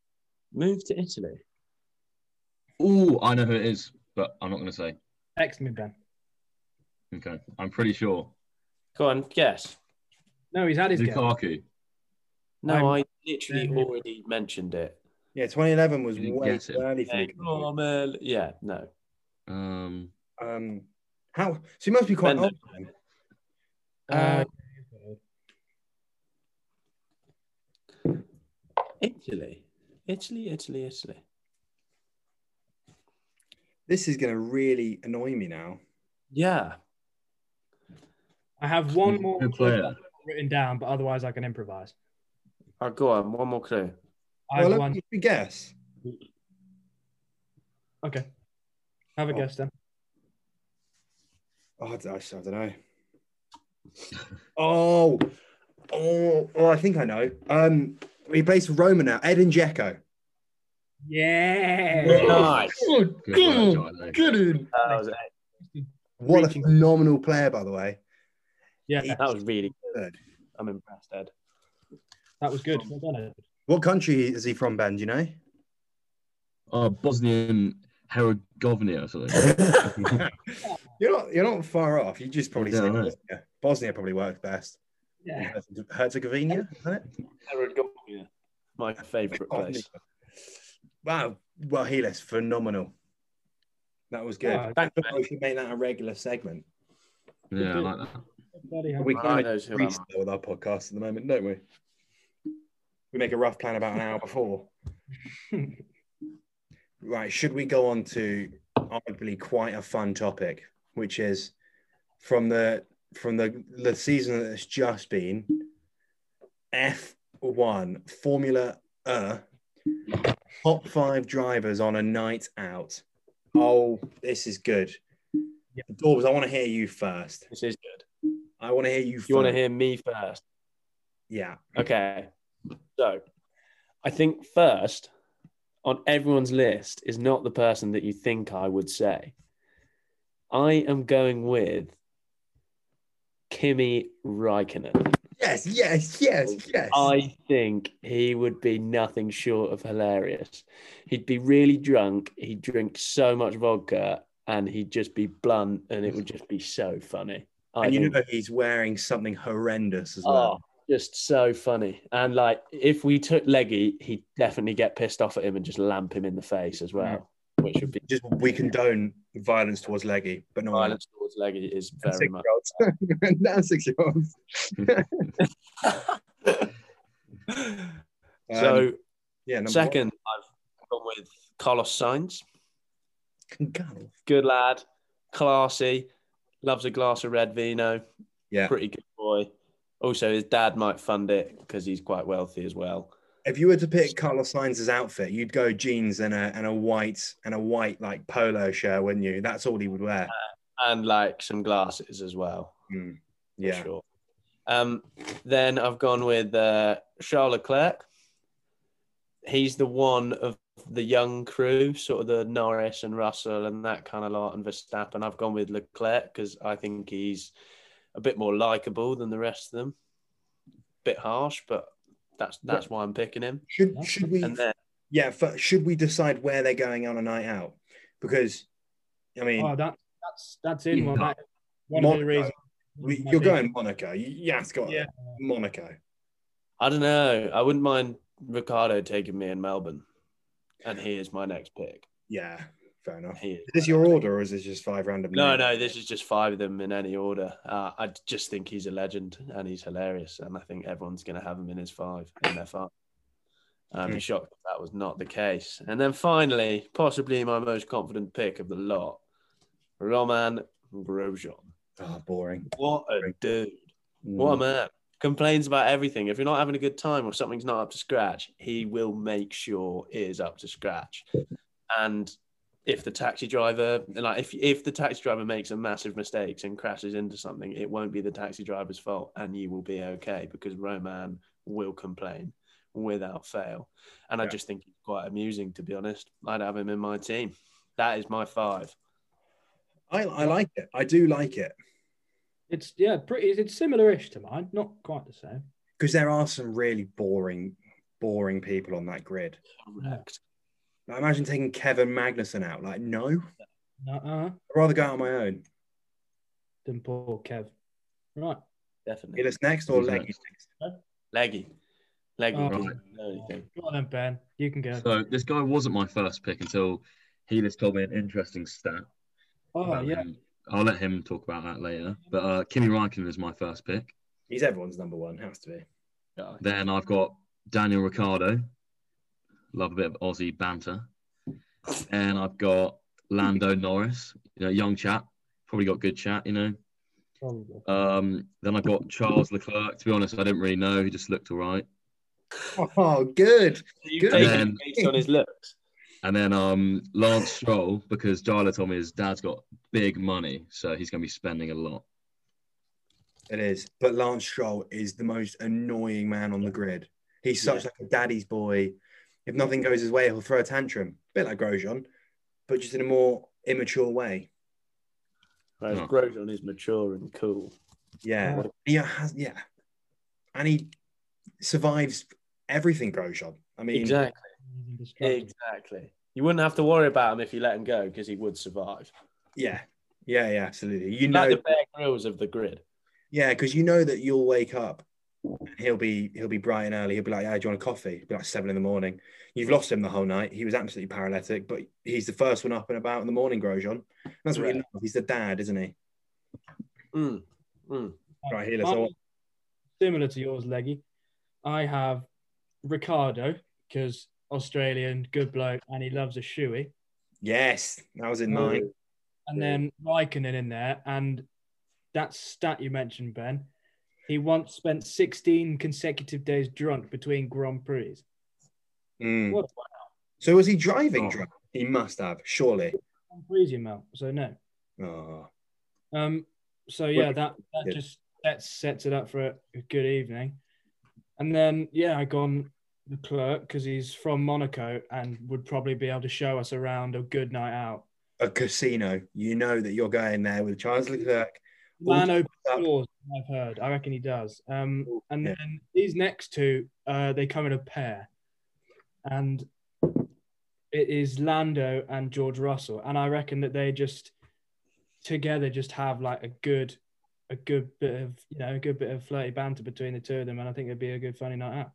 Speaker 3: Moved to Italy.
Speaker 4: Oh, I know who it is, but I'm not going to say.
Speaker 5: Text me, Ben.
Speaker 4: Okay. I'm pretty sure.
Speaker 3: Go on, guess.
Speaker 5: No, he's had his guess.
Speaker 4: Lukaku.
Speaker 3: No, i
Speaker 5: I'm-
Speaker 3: literally
Speaker 5: Yeah.
Speaker 3: already mentioned it.
Speaker 2: Yeah, 2011 was
Speaker 4: You didn't
Speaker 2: way
Speaker 4: guess
Speaker 2: too
Speaker 4: him.
Speaker 2: early for
Speaker 3: Hey,
Speaker 2: me.
Speaker 3: Romelu- Yeah, no.
Speaker 4: Um,
Speaker 2: Um, how? So he must be quite
Speaker 3: Bender.
Speaker 2: old. Then.
Speaker 3: Uh, Italy. Italy, Italy, Italy.
Speaker 2: This is going to really annoy me now.
Speaker 3: Yeah.
Speaker 5: I have one more
Speaker 4: Good
Speaker 5: clue
Speaker 4: player.
Speaker 5: written down, but otherwise I can improvise.
Speaker 3: Oh, go on. One more clue.
Speaker 5: I have
Speaker 2: well,
Speaker 5: one.
Speaker 2: let me guess.
Speaker 5: Okay. Have a
Speaker 2: Oh.
Speaker 5: guess then.
Speaker 2: Oh, I, don't know. oh, oh, oh! I think I know. Um, he plays for Roma now. Edin Dzeko.
Speaker 5: Yeah.
Speaker 2: Yeah.
Speaker 3: Nice.
Speaker 2: Good,
Speaker 4: Good player, Jai, though.
Speaker 3: That was, that
Speaker 2: What a
Speaker 5: Reaching-
Speaker 2: phenomenal player, by the way.
Speaker 5: Yeah,
Speaker 3: was really good.
Speaker 2: Good.
Speaker 3: I'm impressed, Ed.
Speaker 5: that was
Speaker 2: Um,
Speaker 5: good. Well done, Ed.
Speaker 2: What country is he from, Ben? Do you
Speaker 4: [laughs]
Speaker 2: know?
Speaker 4: Oh, Bosnian Herzegovina or something.
Speaker 2: you're not you're not far off. You just probably
Speaker 4: Yeah,
Speaker 2: say
Speaker 4: I know.
Speaker 2: Bosnia. Bosnia probably works best.
Speaker 5: Yeah.
Speaker 2: Herzegovina, isn't it?
Speaker 3: Herzegovina, My favourite place.
Speaker 2: Wow. Well, Helis, phenomenal. That was good.
Speaker 5: Oh,
Speaker 3: Thank you,
Speaker 2: we should make that a regular segment.
Speaker 4: yeah, I like that.
Speaker 5: bloody hell.
Speaker 2: We
Speaker 3: I
Speaker 2: kind
Speaker 3: knows
Speaker 2: of
Speaker 3: who am I.
Speaker 2: freestyle with our podcast at the moment, don't we? We make a rough plan about an hour before. [laughs] right. Should we go on to arguably quite a fun topic, which is from the from the the season that's just been F one Formula E top five drivers on a night out. Oh, this is good.
Speaker 5: Yeah.
Speaker 2: Dorbs, I want to hear you first.
Speaker 3: This is good.
Speaker 2: I want to hear you.
Speaker 3: You want to
Speaker 2: first.
Speaker 3: hear me first?
Speaker 2: Yeah.
Speaker 3: Okay. So I think first on everyone's list is not the person that you think I would say. I am going with Kimi Raikkonen.
Speaker 2: Yes, yes, yes, yes.
Speaker 3: I think he would be nothing short of hilarious. He'd be really drunk. He'd drink so much vodka and he'd just be blunt and it would just be so funny. I
Speaker 2: and you
Speaker 3: think-
Speaker 2: know he's wearing something horrendous as
Speaker 3: oh,
Speaker 2: well.
Speaker 3: just so funny. And like, if we took Leggy, he'd definitely get pissed off at him and just lamp him in the face as well, which would be
Speaker 2: Just we condone violence towards Leggy, but not
Speaker 3: violence towards Leggy is
Speaker 2: [laughs]
Speaker 3: very much.
Speaker 2: olds. now six year olds.
Speaker 3: so,
Speaker 2: Um, yeah, number
Speaker 3: second, I've gone with Carlos Sainz.
Speaker 2: one. God.
Speaker 3: good lad, classy, loves a glass of red vino.
Speaker 2: Yeah.
Speaker 3: Pretty good boy. Also, his dad might fund it because he's quite wealthy as well.
Speaker 2: If you were to pick Carlos Sainz's outfit, you'd go jeans and a and a white and a white like polo shirt, wouldn't you? That's all he would
Speaker 3: Uh,
Speaker 2: wear.
Speaker 3: and like some glasses as well.
Speaker 2: Mm.
Speaker 3: for
Speaker 2: Yeah.
Speaker 3: Sure. Um, then I've gone with uh, Charles Leclerc. He's the one of the young crew, sort of the Norris and Russell and that kind of lot, and Verstappen. I've gone with Leclerc because I think he's a bit more likable than the rest of them. Bit harsh, but that's that's why I'm picking him.
Speaker 2: Should should we
Speaker 3: And then
Speaker 2: yeah, f- should we decide where they're going on a night out? Because I mean,
Speaker 5: Oh, that, that's that's in one. That, one of
Speaker 2: Monaco.
Speaker 5: the reasons.
Speaker 2: we, you're going Monaco. You, you have to go
Speaker 5: Yeah.
Speaker 2: Monaco.
Speaker 3: I don't know. I wouldn't mind Ricardo taking me in Melbourne, and he is my next pick.
Speaker 2: Yeah, fair enough.
Speaker 3: He is
Speaker 2: Is this your order or is this just five random?
Speaker 3: No,
Speaker 2: names?
Speaker 3: no, this is just five of them in any order. Uh, I just think he's a legend and he's hilarious, and I think everyone's going to have him in his five in their five. I'd
Speaker 2: Hmm.
Speaker 3: be shocked if that was not the case. And then finally, possibly my most confident pick of the lot, Roman Grosjean.
Speaker 2: Oh, boring. Mm.
Speaker 3: What a dude! What
Speaker 2: Hmm.
Speaker 3: a man! Complains about everything. If you're not having a good time or something's not up to scratch, he will make sure it is up to scratch. And if the taxi driver, like if if the taxi driver makes a massive mistake and crashes into something, it won't be the taxi driver's fault, and you will be okay because Roman will complain without fail. And I
Speaker 2: Yeah.
Speaker 3: just think he's quite amusing, to be honest. I'd have him in my team. That is my five.
Speaker 2: I, I like it. I do like it
Speaker 5: It's yeah, pretty. It's similar-ish to mine. Not quite the same.
Speaker 2: because there are some really boring, boring people on that grid.
Speaker 3: Correct.
Speaker 2: Like, imagine taking Kevin Magnuson out. Like, no, I'd
Speaker 5: Uh-uh.
Speaker 2: rather go out on my own.
Speaker 5: Then poor Kev. Right.
Speaker 3: Definitely.
Speaker 2: Elis next or
Speaker 4: Who's
Speaker 2: Leggy
Speaker 4: next?
Speaker 2: next?
Speaker 3: Leggy. Leggy.
Speaker 5: Oh.
Speaker 3: doesn't know anything.
Speaker 5: Go on then, Ben. You can go.
Speaker 4: So this guy wasn't my first pick until he just told me an interesting stat.
Speaker 5: oh
Speaker 4: about
Speaker 5: yeah.
Speaker 4: him. I'll let him talk about that later. But uh, Kimi Raikkonen is my first pick.
Speaker 2: He's everyone's number one. Has to be.
Speaker 4: Then I've got Daniel Ricciardo. Love a bit of Aussie banter. And I've got Lando Norris, you know, young chap, probably got good chat, you know.
Speaker 5: Probably.
Speaker 4: Um, then I've got Charles Leclerc. To be honest, I didn't really know. He just looked all right.
Speaker 2: [laughs] Oh, good.
Speaker 3: You've
Speaker 2: Good.
Speaker 3: taken it
Speaker 4: Um,
Speaker 3: based on his looks.
Speaker 4: And then um, Lance Stroll, because Jala told me his dad's got big money, so he's going to be spending a lot.
Speaker 2: It is. But Lance Stroll is the most annoying man on the grid. He's such like a daddy's boy. If nothing goes his way, he'll throw a tantrum. bit like Grosjean, but just in a more immature way. Hmm.
Speaker 3: Whereas
Speaker 4: Oh.
Speaker 3: Grosjean is mature and cool.
Speaker 2: Yeah. Yeah. Has, yeah. And he survives everything, Grosjean. I mean,
Speaker 3: Exactly.
Speaker 5: He's indestructible.
Speaker 3: Exactly. You wouldn't have to worry about him if you let him go because he would survive.
Speaker 2: yeah. Yeah. Yeah. Absolutely. You know,
Speaker 3: Like the bear grills of the grid.
Speaker 2: yeah, because you know that you'll wake up. And he'll be he'll be bright and early. He'll be like, "Yeah, do you want a coffee?" It'll be like seven in the morning. You've lost him the whole night. He was absolutely paralytic, but he's the first one up and about in the morning, Grosjean. That's what he
Speaker 3: Right.
Speaker 2: loves. He's the dad, isn't he? Hmm.
Speaker 3: Mm. Mm.
Speaker 2: Right here, let's
Speaker 5: Mine-
Speaker 2: all.
Speaker 5: Similar to yours, Leggy. I have Ricardo because Australian, good bloke, and he loves a shoey.
Speaker 2: Yes, that was in mine.
Speaker 5: and then Raikkonen in there. And that stat you mentioned, Ben, he once spent 16 consecutive days drunk between Grand Prix.
Speaker 2: Mm.
Speaker 5: What a
Speaker 2: So was he driving
Speaker 4: Oh.
Speaker 2: drunk? He must have, surely.
Speaker 5: Grand Prix amount. So no.
Speaker 2: Oh,
Speaker 5: Um. So yeah,
Speaker 2: Well,
Speaker 5: that that
Speaker 2: yeah.
Speaker 5: just that sets it up for a, a good evening. And then yeah, I gone the clerk because he's from Monaco and would probably be able to show us around a good night out.
Speaker 2: a casino. You know that you're going there with Charles Leclerc.
Speaker 5: Man opens
Speaker 2: up.
Speaker 5: doors, I've heard. I reckon he does. Um, and
Speaker 2: Oh, Yeah.
Speaker 5: then these next two, uh, they come in a pair, and it is Lando and George Russell. And I reckon that they just together just have like a good, a good bit of you know a good bit of flirty banter between the two of them. And I think it'd be a good funny night out.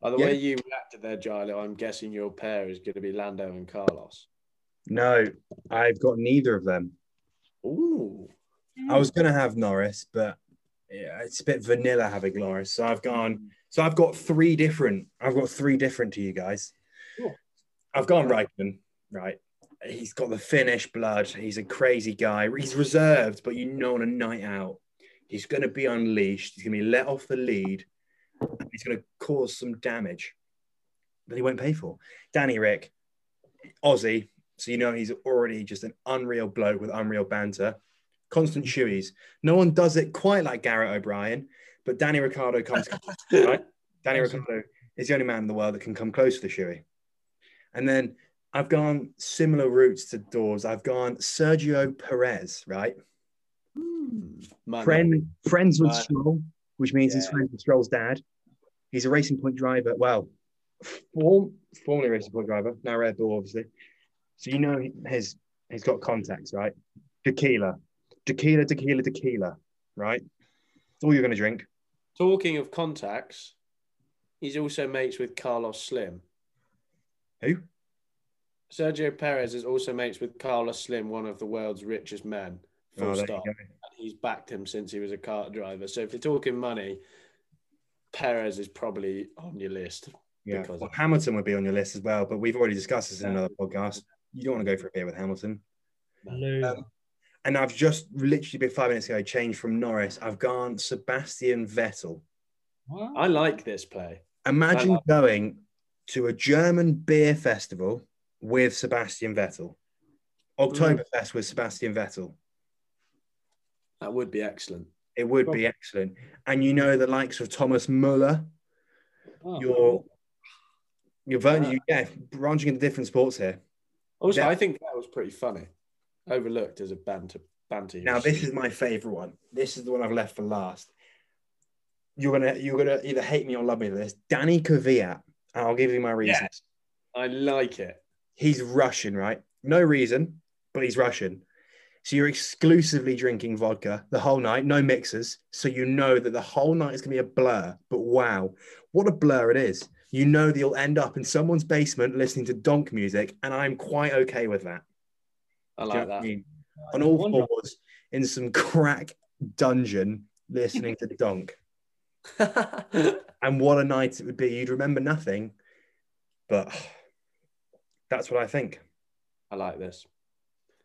Speaker 3: By the
Speaker 2: Yeah.
Speaker 3: way you reacted there, Gilo, I'm guessing your pair is going to be Lando and Carlos.
Speaker 2: No, I've got neither of them.
Speaker 3: Ooh.
Speaker 2: I was gonna have Norris, but yeah, it's a bit vanilla having Norris. So I've gone. So I've got three different. I've got three different to you guys.
Speaker 5: Cool.
Speaker 2: I've gone Reichman. Right, he's got the Finnish blood. He's a crazy guy. He's reserved, but you know, on a night out, he's gonna be unleashed. He's gonna be let off the lead, He's going to cause some damage that he won't pay for. Danny Rick, Aussie. So you know he's already just an unreal bloke with unreal banter. Constant shoeies. No one does it quite like Garrett O'Brien, but Danny Ricardo comes. right? Danny Ricardo is the only man in the world that can come close to the shoey. And then I've gone similar routes to Dawes. I've gone Sergio Perez, right?
Speaker 3: Hmm. Oh,
Speaker 6: Man,
Speaker 2: Friend, friends with
Speaker 6: Right.
Speaker 2: Stroll, which means he's
Speaker 6: Yeah.
Speaker 2: friends with Stroll's dad. He's a racing point driver. Well, form, formerly racing point driver, now Red Bull, obviously. So you know he- his he's got contacts, right? Tequila, tequila, tequila, tequila, right? It's all you're gonna drink.
Speaker 3: Talking of contacts, he's also mates with Carlos Slim.
Speaker 2: Who?
Speaker 3: Sergio Perez is also mates with Carlos Slim, one of the world's richest men. Full
Speaker 2: Oh, there you
Speaker 3: stop.
Speaker 2: go.
Speaker 3: And he's backed him since he was a cart driver. So if you're talking money, Perez is probably on your list.
Speaker 2: Yeah.
Speaker 3: Because-
Speaker 2: Well, Hamilton would be on your list as well, but we've already discussed this in another podcast. You don't want to go for a beer with Hamilton.
Speaker 5: Lou.
Speaker 2: Um, And I've just literally been five minutes ago changed from Norris. I've gone Sebastian Vettel.
Speaker 5: What?
Speaker 3: I like this play.
Speaker 2: Imagine
Speaker 3: love-
Speaker 2: going to a German beer festival with Sebastian Vettel. Oktoberfest with Sebastian Vettel.
Speaker 3: That would be excellent.
Speaker 2: It would be excellent. And you know the likes of Thomas Muller,
Speaker 5: Oh.
Speaker 2: your your Vern, you- yeah, branching into different sports here.
Speaker 3: Also,
Speaker 2: Yeah.
Speaker 3: I think that was pretty funny. Overlooked as a banter banter.
Speaker 2: Now this is my favorite one. This is the one I've left for last. You're gonna you're gonna either hate me or love me for this. Danny Kvyat, and I'll give you my reasons.
Speaker 3: Yes. I like it.
Speaker 2: he's Russian, right? No reason, but he's Russian. So you're exclusively drinking vodka the whole night, no mixers. So you know that the whole night is going to be a blur. But wow, what a blur it is. You know that you'll end up in someone's basement listening to donk music. And I'm quite okay with that.
Speaker 3: I
Speaker 2: Do you know
Speaker 3: like
Speaker 2: what I
Speaker 3: that.
Speaker 2: mean? On all
Speaker 5: Wonderful.
Speaker 2: fours in some crack dungeon listening to
Speaker 3: [laughs]
Speaker 2: donk. And what a night it would be. You'd remember nothing. But [sighs] that's what I think.
Speaker 3: I like this.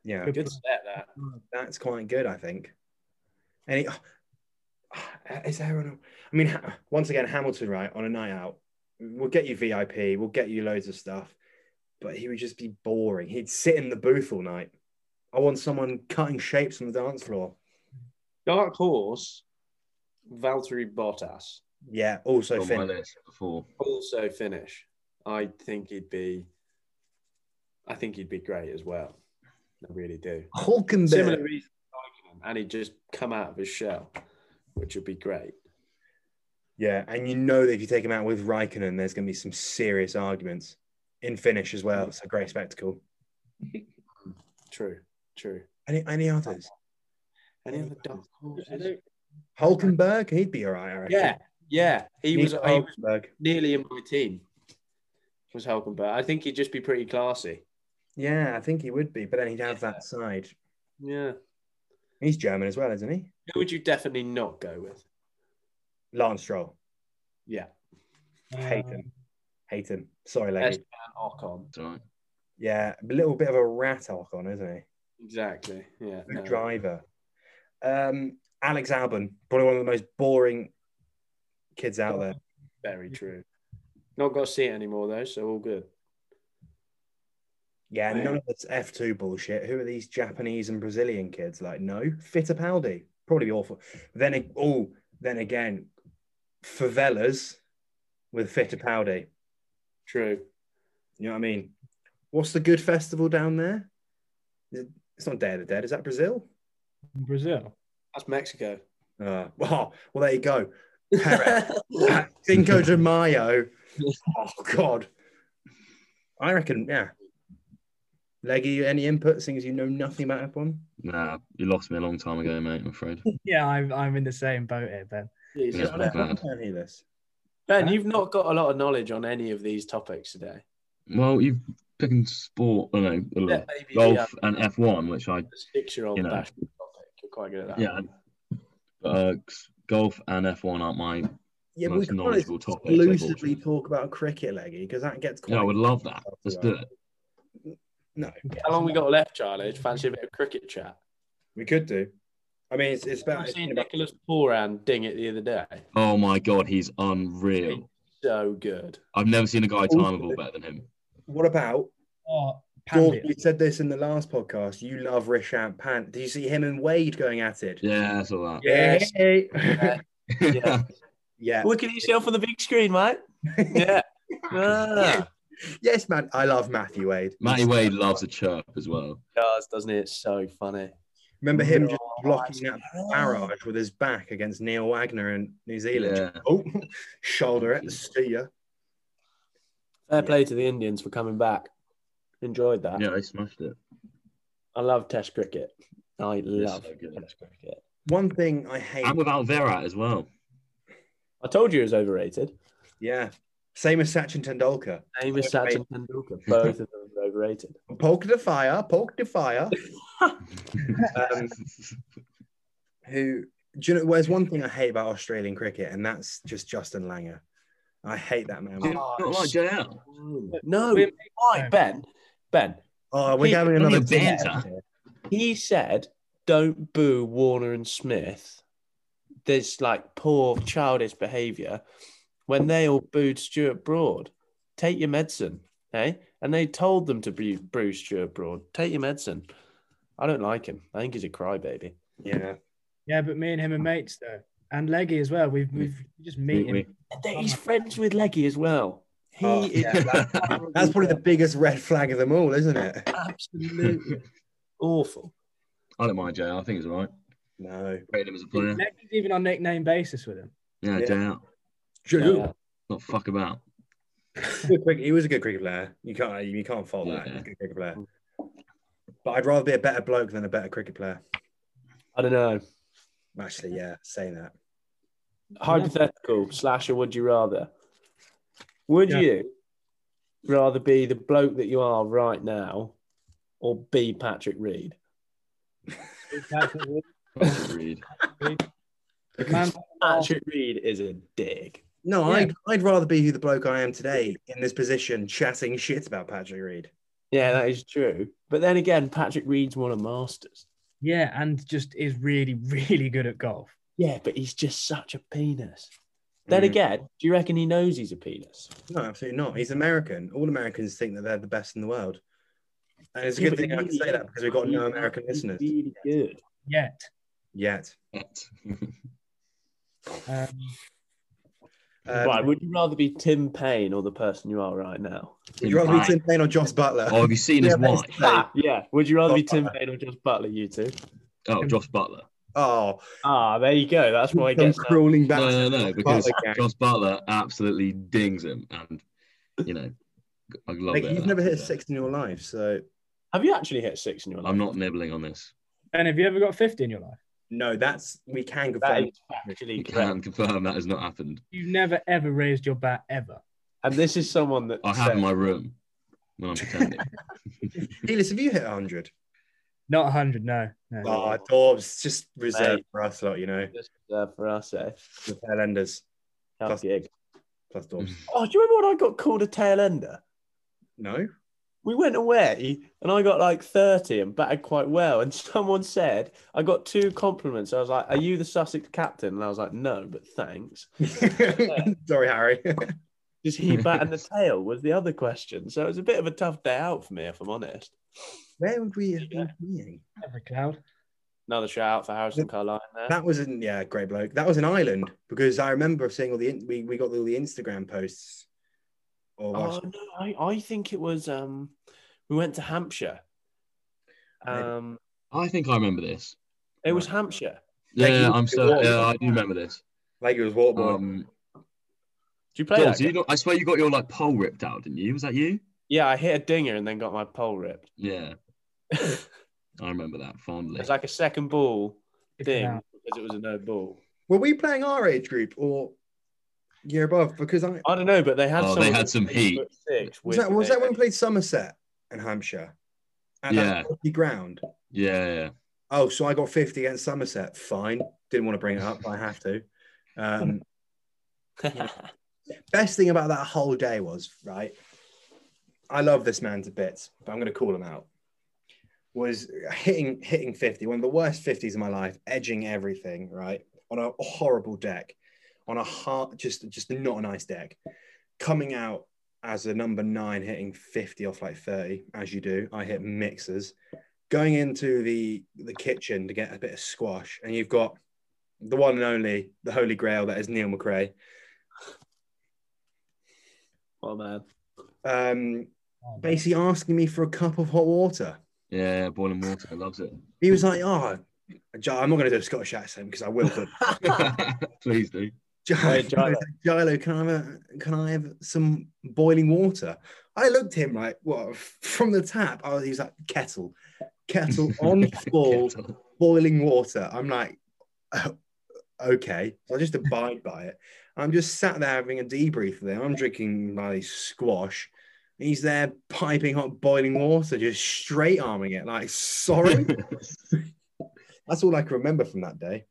Speaker 2: Yeah.
Speaker 5: Good
Speaker 3: Good set that.
Speaker 2: that's quite good, I think. And it, is there? An, I mean, ha- once again, Hamilton, right? On a night out, we'll get you VIP, we'll get you loads of stuff, but he would just be boring. He'd sit in the booth all night. I want someone cutting shapes on the dance floor.
Speaker 3: Dark horse, Valtteri Bottas.
Speaker 2: Yeah. Also,
Speaker 4: on my
Speaker 2: Finn.
Speaker 4: list before.
Speaker 3: Also finish. I think he'd be. I think he'd be great as well. I really do. Similar
Speaker 2: Hulkenberg.
Speaker 3: reason, and he'd just come out of his shell, which would be great.
Speaker 2: Yeah, and you know that if you take him out with Raikkonen, there's going to be some serious arguments in Finnish as well. It's a great spectacle.
Speaker 3: True. True.
Speaker 2: Any any others?
Speaker 3: Any other dark
Speaker 5: I
Speaker 3: horses?
Speaker 5: don't-
Speaker 2: Hulkenberg, he'd be all right. I reckon.
Speaker 3: Yeah, yeah. He was, he was
Speaker 2: Hulkenberg.
Speaker 3: nearly in my team. Was Hulkenberg. I think he'd just be pretty classy.
Speaker 2: Yeah, I think he would be, but then he'd have that side.
Speaker 3: Yeah.
Speaker 2: He's German as well, isn't he?
Speaker 3: Who would you definitely not go with?
Speaker 2: Lance Stroll.
Speaker 3: Yeah.
Speaker 2: Hate
Speaker 5: Uh,
Speaker 2: him. Hate him. Sorry, Leggy.
Speaker 3: Esteban Ocon.
Speaker 4: It's all right.
Speaker 2: Yeah, a little bit of a rat on, isn't he?
Speaker 3: Exactly. Yeah.
Speaker 2: Good
Speaker 3: no.
Speaker 2: driver. Um, Alex Albon, probably one of the most boring kids out there.
Speaker 3: Very true. Not got to see it anymore though, so all good.
Speaker 2: Yeah,
Speaker 3: Yeah.
Speaker 2: none of this F2 bullshit. Who are these Japanese and Brazilian kids? Like, no, Fittipaldi. Probably awful. Then, ag- oh, then again, favelas with Fittipaldi.
Speaker 3: True.
Speaker 2: You know what I mean? What's the good festival down there? Is it- It's not Day of the Dead. Is that Brazil?
Speaker 5: Um, Brazil.
Speaker 3: That's Mexico.
Speaker 2: Uh, [laughs] oh, well, there you go.
Speaker 3: [laughs]
Speaker 2: Perez. Cinco de Mayo. Oh, God. I reckon, yeah. Leggy, any input, seeing as you know nothing about F1?
Speaker 4: Nah, you lost me a long time ago, mate.
Speaker 3: [laughs]
Speaker 4: I'm afraid.
Speaker 5: Yeah, I'm, I'm in the same boat here, Ben.
Speaker 4: Yeah,
Speaker 3: Jesus.
Speaker 4: I'm glad.
Speaker 2: I hear this.
Speaker 3: Ben, you've not got a lot of knowledge on any of these topics today.
Speaker 4: Well, you've picking sport. I don't know
Speaker 3: Yeah, maybe the, uh,
Speaker 4: golf and F1, which I
Speaker 3: six-year-old
Speaker 4: You know.
Speaker 3: bash topic. You're quite good at that.
Speaker 4: yeah. But, uh, golf and F1 aren't my.
Speaker 2: Yeah, but we
Speaker 4: Most
Speaker 2: can't
Speaker 4: knowledgeable topics,
Speaker 2: exclusively
Speaker 4: unfortunately.
Speaker 2: talk about cricket, Leggy, because that gets quite.
Speaker 4: Yeah, I would love that. Let's do it.
Speaker 2: No,
Speaker 3: How long we got left, Charlie? Fancy a bit of cricket chat?
Speaker 2: we could do. I mean, it's, it's about.
Speaker 3: I've
Speaker 2: it's
Speaker 3: seen
Speaker 2: been about-
Speaker 3: Nicholas Poran ding it the other day.
Speaker 4: Oh my god, he's unreal.
Speaker 3: So good.
Speaker 4: I've never seen a guy time a ball better than him.
Speaker 2: what about?
Speaker 5: Oh,
Speaker 2: Gordon,
Speaker 5: Pandy.
Speaker 2: we said this in the last podcast. You love Rishabh Pant. Do you see him and Wade going at it?
Speaker 4: Yeah, I saw [laughs]
Speaker 3: Yes.
Speaker 2: Yeah.
Speaker 4: that.
Speaker 3: Yeah.
Speaker 2: yeah.
Speaker 3: Look at yourself on the big
Speaker 2: [laughs]
Speaker 3: screen, mate. Yeah. Ah.
Speaker 2: Yes, man. I love Matthew Wade.
Speaker 4: [laughs] Matty Wade loves a chirp as well.
Speaker 3: Does, doesn't it? It's so funny.
Speaker 2: Remember him just
Speaker 3: Oh,
Speaker 2: blocking
Speaker 3: that's
Speaker 2: that barrage with his back against Neil Wagner in New Zealand.
Speaker 4: Yeah.
Speaker 2: Oh, shoulder it. See ya.
Speaker 3: Fair play to the Indians for coming back. Enjoyed that.
Speaker 4: Yeah, they smashed it.
Speaker 3: I love Test cricket. I love
Speaker 4: so good.
Speaker 3: Test cricket.
Speaker 2: One thing I hate.
Speaker 4: And with Alvera
Speaker 3: [laughs]
Speaker 4: as well. [laughs]
Speaker 3: I told you it was overrated.
Speaker 2: Yeah. Same as Sachin Tendulkar.
Speaker 3: Name is Sachin Tendulkar. Both of them are overrated.
Speaker 2: Poke the fire. Poke the
Speaker 4: [laughs]
Speaker 2: fire. um, who do you know? There's one thing I hate about Australian cricket, and that's just Justin Langer. I hate that man.
Speaker 4: Not like JL.
Speaker 3: Mm. No,
Speaker 5: We're-
Speaker 3: why, Ben? Ben,
Speaker 2: Oh, we're having another
Speaker 3: Only
Speaker 4: a banter.
Speaker 2: team.
Speaker 3: he said, "Don't boo Warner and Smith." There's like poor childish behaviour when they all booed Stuart Broad. Take your medicine, eh? And they told them to boo, boo Stuart Broad. Take your medicine. I don't like him. I think he's a crybaby.
Speaker 2: Yeah.
Speaker 5: Yeah, but me and him are mates though, and Leggy as well. We've we've just meet
Speaker 4: We-
Speaker 5: him.
Speaker 4: we-
Speaker 3: And that He's friends with Leggy as well. He
Speaker 2: Oh,
Speaker 3: is
Speaker 4: [laughs]
Speaker 2: That's probably the biggest red flag of them all, isn't it?
Speaker 3: absolutely awful.
Speaker 4: I don't mind JL. I think he's all right.
Speaker 2: No.
Speaker 4: Rated him as a player.
Speaker 5: Leggy's even on nickname basis with him.
Speaker 4: Yeah,
Speaker 2: Yeah.
Speaker 4: JL.
Speaker 3: Yeah.
Speaker 4: Not fuck about.
Speaker 2: Good cricket- He was a good cricket player. You can't you can't fault that. He was a good cricket player. But I'd rather be a better bloke than a better cricket player.
Speaker 3: I don't know.
Speaker 2: Actually, yeah, saying that.
Speaker 3: hypothetical slasher would you rather would
Speaker 5: Yeah.
Speaker 3: you rather be the bloke that you are right now or be patrick reed
Speaker 4: [laughs] Reed.
Speaker 5: The man's
Speaker 3: patrick reed is a dig
Speaker 2: No,
Speaker 5: Yeah.
Speaker 2: I'd, I'd rather be who the bloke I am today in this position, chatting shit about Patrick Reed.
Speaker 3: yeah that is true but then again patrick reed's won a masters
Speaker 5: yeah, and just is really really good at golf.
Speaker 3: yeah but he's just such a penis then
Speaker 2: Mm.
Speaker 3: again do you reckon he knows he's a penis
Speaker 2: No, absolutely not. He's American. All Americans think that they're the best in the world. And it's a
Speaker 3: Yeah,
Speaker 2: good
Speaker 3: but
Speaker 2: thing I can
Speaker 3: really
Speaker 2: say that because we've got
Speaker 3: He's
Speaker 2: no American
Speaker 3: really,
Speaker 2: listeners
Speaker 3: really good
Speaker 5: Yet,
Speaker 2: yet.
Speaker 5: um,
Speaker 2: Um,
Speaker 3: right would you rather be tim payne or the person you are right now [laughs]
Speaker 2: Would you rather be Tim Payne or Josh Butler?
Speaker 4: Oh, have you seen
Speaker 2: [laughs]
Speaker 4: his
Speaker 2: Yeah, but
Speaker 4: wife?
Speaker 2: it's-
Speaker 3: Ah, yeah would you rather be
Speaker 2: Josh
Speaker 3: tim payne or just butler you two
Speaker 4: Oh, Josh Butler.
Speaker 2: Oh,
Speaker 3: Ah, there you go. That's why I
Speaker 2: I'm
Speaker 3: get that.
Speaker 2: crawling back. to
Speaker 4: No, no,
Speaker 2: the
Speaker 4: no,
Speaker 2: Josh
Speaker 4: because
Speaker 2: Butler gag.
Speaker 4: Josh Butler absolutely dings him, and you know, I love
Speaker 2: Like,
Speaker 4: it.
Speaker 2: you've never hit a six in your life, so
Speaker 3: Have you actually hit six in your life?
Speaker 4: I'm not nibbling on this.
Speaker 5: and have you ever got fifty in your life?
Speaker 2: no, that's we can
Speaker 3: That
Speaker 2: confirm.
Speaker 3: is actually
Speaker 4: You
Speaker 3: correct.
Speaker 4: can confirm that has not happened.
Speaker 5: You've never ever raised your bat ever.
Speaker 3: And this is someone that
Speaker 4: I have
Speaker 3: [laughs]
Speaker 4: in
Speaker 3: said-
Speaker 4: my room when I'm pretending.
Speaker 2: Elis, have you hit 100?
Speaker 5: Not hundred, no, no.
Speaker 2: Oh, Dorbs, just reserved for us, lot, you know,
Speaker 3: Just, uh, for us, eh?
Speaker 2: the tail enders
Speaker 3: Tough
Speaker 2: Plus-
Speaker 3: gig.
Speaker 2: plus Dorbs.
Speaker 4: Mm.
Speaker 3: Oh, do you remember when I got called a tail ender?
Speaker 2: [laughs] No,
Speaker 3: We went away and I got like 30 and batted quite well. And [laughs] someone said, I got two compliments. I was like, Are you the Sussex captain? And I was like, No, but thanks.
Speaker 2: [laughs] sorry, Harry.
Speaker 3: Is he batting the tail? Was the other question. So it was a bit of a tough day out for me, if I'm honest.
Speaker 2: Where would we have been playing?
Speaker 5: every cloud.
Speaker 3: Another shout out for Harrison Carline there.
Speaker 2: That was in yeah, great bloke. That was in Ireland because I remember seeing all the in- we we got all the Instagram posts. Or
Speaker 3: Oh
Speaker 2: oh,
Speaker 3: no, I, I think it was um we went to Hampshire.
Speaker 2: Maybe.
Speaker 3: Um
Speaker 4: I think I remember this.
Speaker 3: it was Hampshire.
Speaker 2: Thank
Speaker 4: Yeah,
Speaker 2: you.
Speaker 4: I'm
Speaker 2: It
Speaker 4: so.
Speaker 2: was.
Speaker 4: Yeah, I do remember this.
Speaker 2: like it was Waterboy.
Speaker 4: Um,
Speaker 3: Did you play
Speaker 4: Dobbs,
Speaker 3: that?
Speaker 4: you
Speaker 3: game?
Speaker 4: got, I swear you got your like pole ripped out, didn't you? Was that you?
Speaker 3: Yeah, I hit a dinger and then got my pole ripped.
Speaker 4: Yeah, I remember that fondly.
Speaker 3: It's like a second ball
Speaker 5: Good
Speaker 3: ding
Speaker 5: cloud.
Speaker 3: because it was a no ball.
Speaker 2: Were we playing our age group or year above? Because I
Speaker 3: I don't know, but they had
Speaker 4: Oh,
Speaker 3: some.
Speaker 4: they had some heat.
Speaker 3: Six
Speaker 2: was
Speaker 3: with
Speaker 2: that was that
Speaker 3: a-
Speaker 2: when we played Somerset and Hampshire at
Speaker 4: Yeah.
Speaker 2: that fifty ground.
Speaker 4: yeah, yeah.
Speaker 2: Oh, so I got fifty against Somerset. Fine, didn't want to bring it up, but I have to. Um, best thing about that whole day was right. I love this man to bits, but I'm going to call him out. was hitting hitting 50, one of the worst 50s of my life, edging everything, right? On a horrible deck, on a hard just just not a nice deck. Coming out as a number nine, hitting 50 off like 30, as you do. I hit mixers. Going into the the kitchen to get a bit of squash, and you've got the one and only, the holy grail that is Neil McRae.
Speaker 3: Oh man.
Speaker 2: Um, basically asking me for a cup of hot water.
Speaker 4: Yeah, boiling water. Loves it. [laughs]
Speaker 2: He was like, "Oh, Gy- I'm not going to do a Scottish accent because I will." But
Speaker 4: Please do.
Speaker 2: Gilo,
Speaker 3: Right, Gilo.
Speaker 2: Gilo, can I have a, can I have some boiling water? I looked at him like, what from the tap? I was, he was like, kettle, kettle on full boiling water. I'm like, [laughs] "Oh, okay. So I just abide by it. I'm just sat there having a debrief with him. I'm drinking my squash. He's there piping hot boiling water, just straight arming it. Like, [laughs] sorry. That's all I can remember from that day.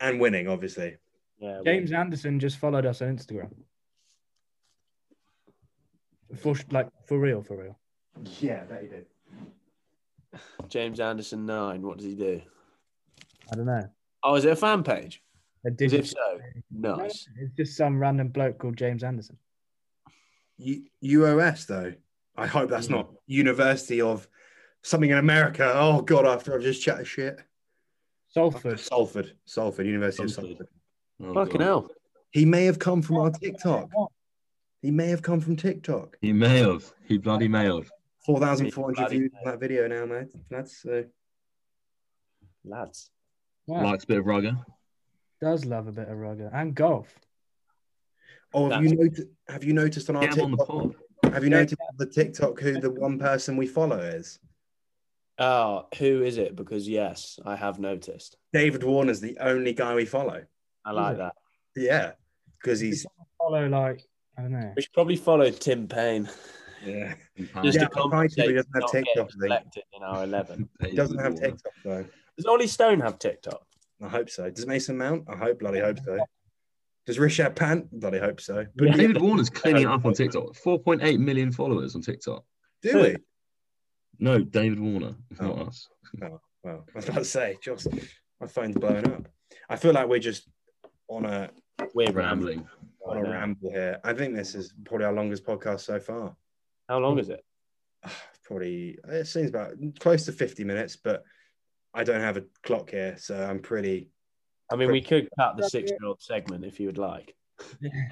Speaker 2: And winning, obviously.
Speaker 3: Yeah,
Speaker 5: James Anderson just followed us on Instagram. For sh- like for real, for real.
Speaker 2: Yeah, that he did.
Speaker 3: well, James Anderson nine. What does he do?
Speaker 5: I don't know.
Speaker 3: Oh, is it a fan page?
Speaker 5: A
Speaker 3: 'Cause
Speaker 5: digital-
Speaker 3: if so,
Speaker 5: No, no,
Speaker 3: nice.
Speaker 5: It's just some random bloke called James Anderson.
Speaker 2: U- UOS though. I hope that's not University of something in America. Oh God, after I've just chatted shit. [laughs]
Speaker 5: Salford.
Speaker 2: Salford, Salford, University of
Speaker 4: Salford.
Speaker 2: Salford.
Speaker 4: Oh,
Speaker 3: Fucking
Speaker 4: God.
Speaker 3: hell.
Speaker 2: He may have come from our TikTok. He may have come from TikTok.
Speaker 4: He may have. He bloody may have.
Speaker 2: Four thousand four hundred
Speaker 3: Bloody
Speaker 2: views on that video now, mate. That's uh,
Speaker 3: Lads.
Speaker 5: Wow.
Speaker 4: Likes a bit of rugger.
Speaker 5: Does love a bit of rugger and golf.
Speaker 2: oh. Have
Speaker 3: That's-
Speaker 2: you noticed? Have you noticed on our
Speaker 4: Get him on the
Speaker 2: TikTok?
Speaker 4: pod.
Speaker 2: have you noticed on the TikTok who the one person we follow is?
Speaker 3: Oh, who is it? Because yes, I have noticed.
Speaker 2: David Warner's the only guy we follow.
Speaker 3: I
Speaker 5: Is
Speaker 3: like
Speaker 5: it?
Speaker 3: that.
Speaker 2: Yeah, because he's
Speaker 5: Follow like I don't know.
Speaker 3: We should probably follow Tim Payne.
Speaker 2: yeah.
Speaker 3: Just
Speaker 2: Yeah,
Speaker 3: to
Speaker 2: I tried to, but he
Speaker 3: compensate
Speaker 2: doesn't
Speaker 3: for
Speaker 2: have
Speaker 3: not getting
Speaker 2: TikTok, I think.
Speaker 3: selected in our eleven.
Speaker 2: He doesn't have TikTok though.
Speaker 3: Does Ollie Stone have TikTok?
Speaker 2: I hope so. Does Mason Mount? I hope bloody hope so. Does Rishabh Pant? Bloody hope so. But [laughs]
Speaker 4: David Warner's cleaning it up on TikTok. 4.8 million followers on TikTok.
Speaker 2: do we?
Speaker 4: No, David Warner, not
Speaker 2: Oh.
Speaker 4: us.
Speaker 2: Well, [laughs] I was about to say, just my phone's blowing up. I feel like we're just on a
Speaker 3: We're rambling.
Speaker 4: Rambling.
Speaker 2: on a
Speaker 3: Right now.
Speaker 2: ramble here. I think this is probably our longest podcast so far.
Speaker 3: How long is it?
Speaker 2: Probably it seems about close to 50 minutes, but I don't have a clock here, so I'm pretty
Speaker 3: I mean, we could cut the six-year-old segment if you would like.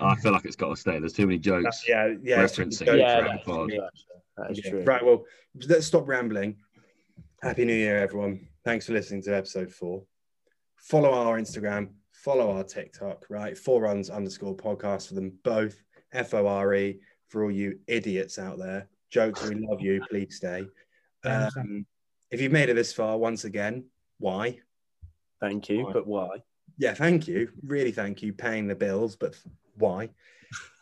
Speaker 4: I feel like it's got to stay. There's too many jokes.
Speaker 2: yeah, yeah. it's-
Speaker 4: Referencing.
Speaker 2: go
Speaker 4: Yeah,
Speaker 2: for it.
Speaker 3: that is
Speaker 4: Tripod.
Speaker 3: true. That is
Speaker 2: Yeah.
Speaker 3: true.
Speaker 2: Right. Well, let's stop rambling. Happy New Year, everyone. Thanks for listening to episode four. Follow our Instagram, follow our TikTok, right? Four runs underscore podcast for them both. F O R E for all you idiots out there. Jokes, we love you. Please
Speaker 3: [laughs]
Speaker 2: stay.
Speaker 5: Yeah,
Speaker 2: Um, if you've made it this far, once again, why?
Speaker 3: Thank you,
Speaker 2: Why?
Speaker 3: but why?
Speaker 2: Yeah, thank you. Really, thank you. Paying the bills, but why?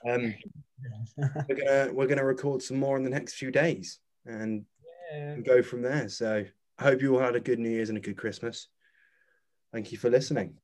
Speaker 2: Um, we're gonna we're gonna record some more in the next few days, and
Speaker 5: Yeah.
Speaker 2: and go from there. So I hope you all had a good New Year's and a good Christmas. Thank you for listening.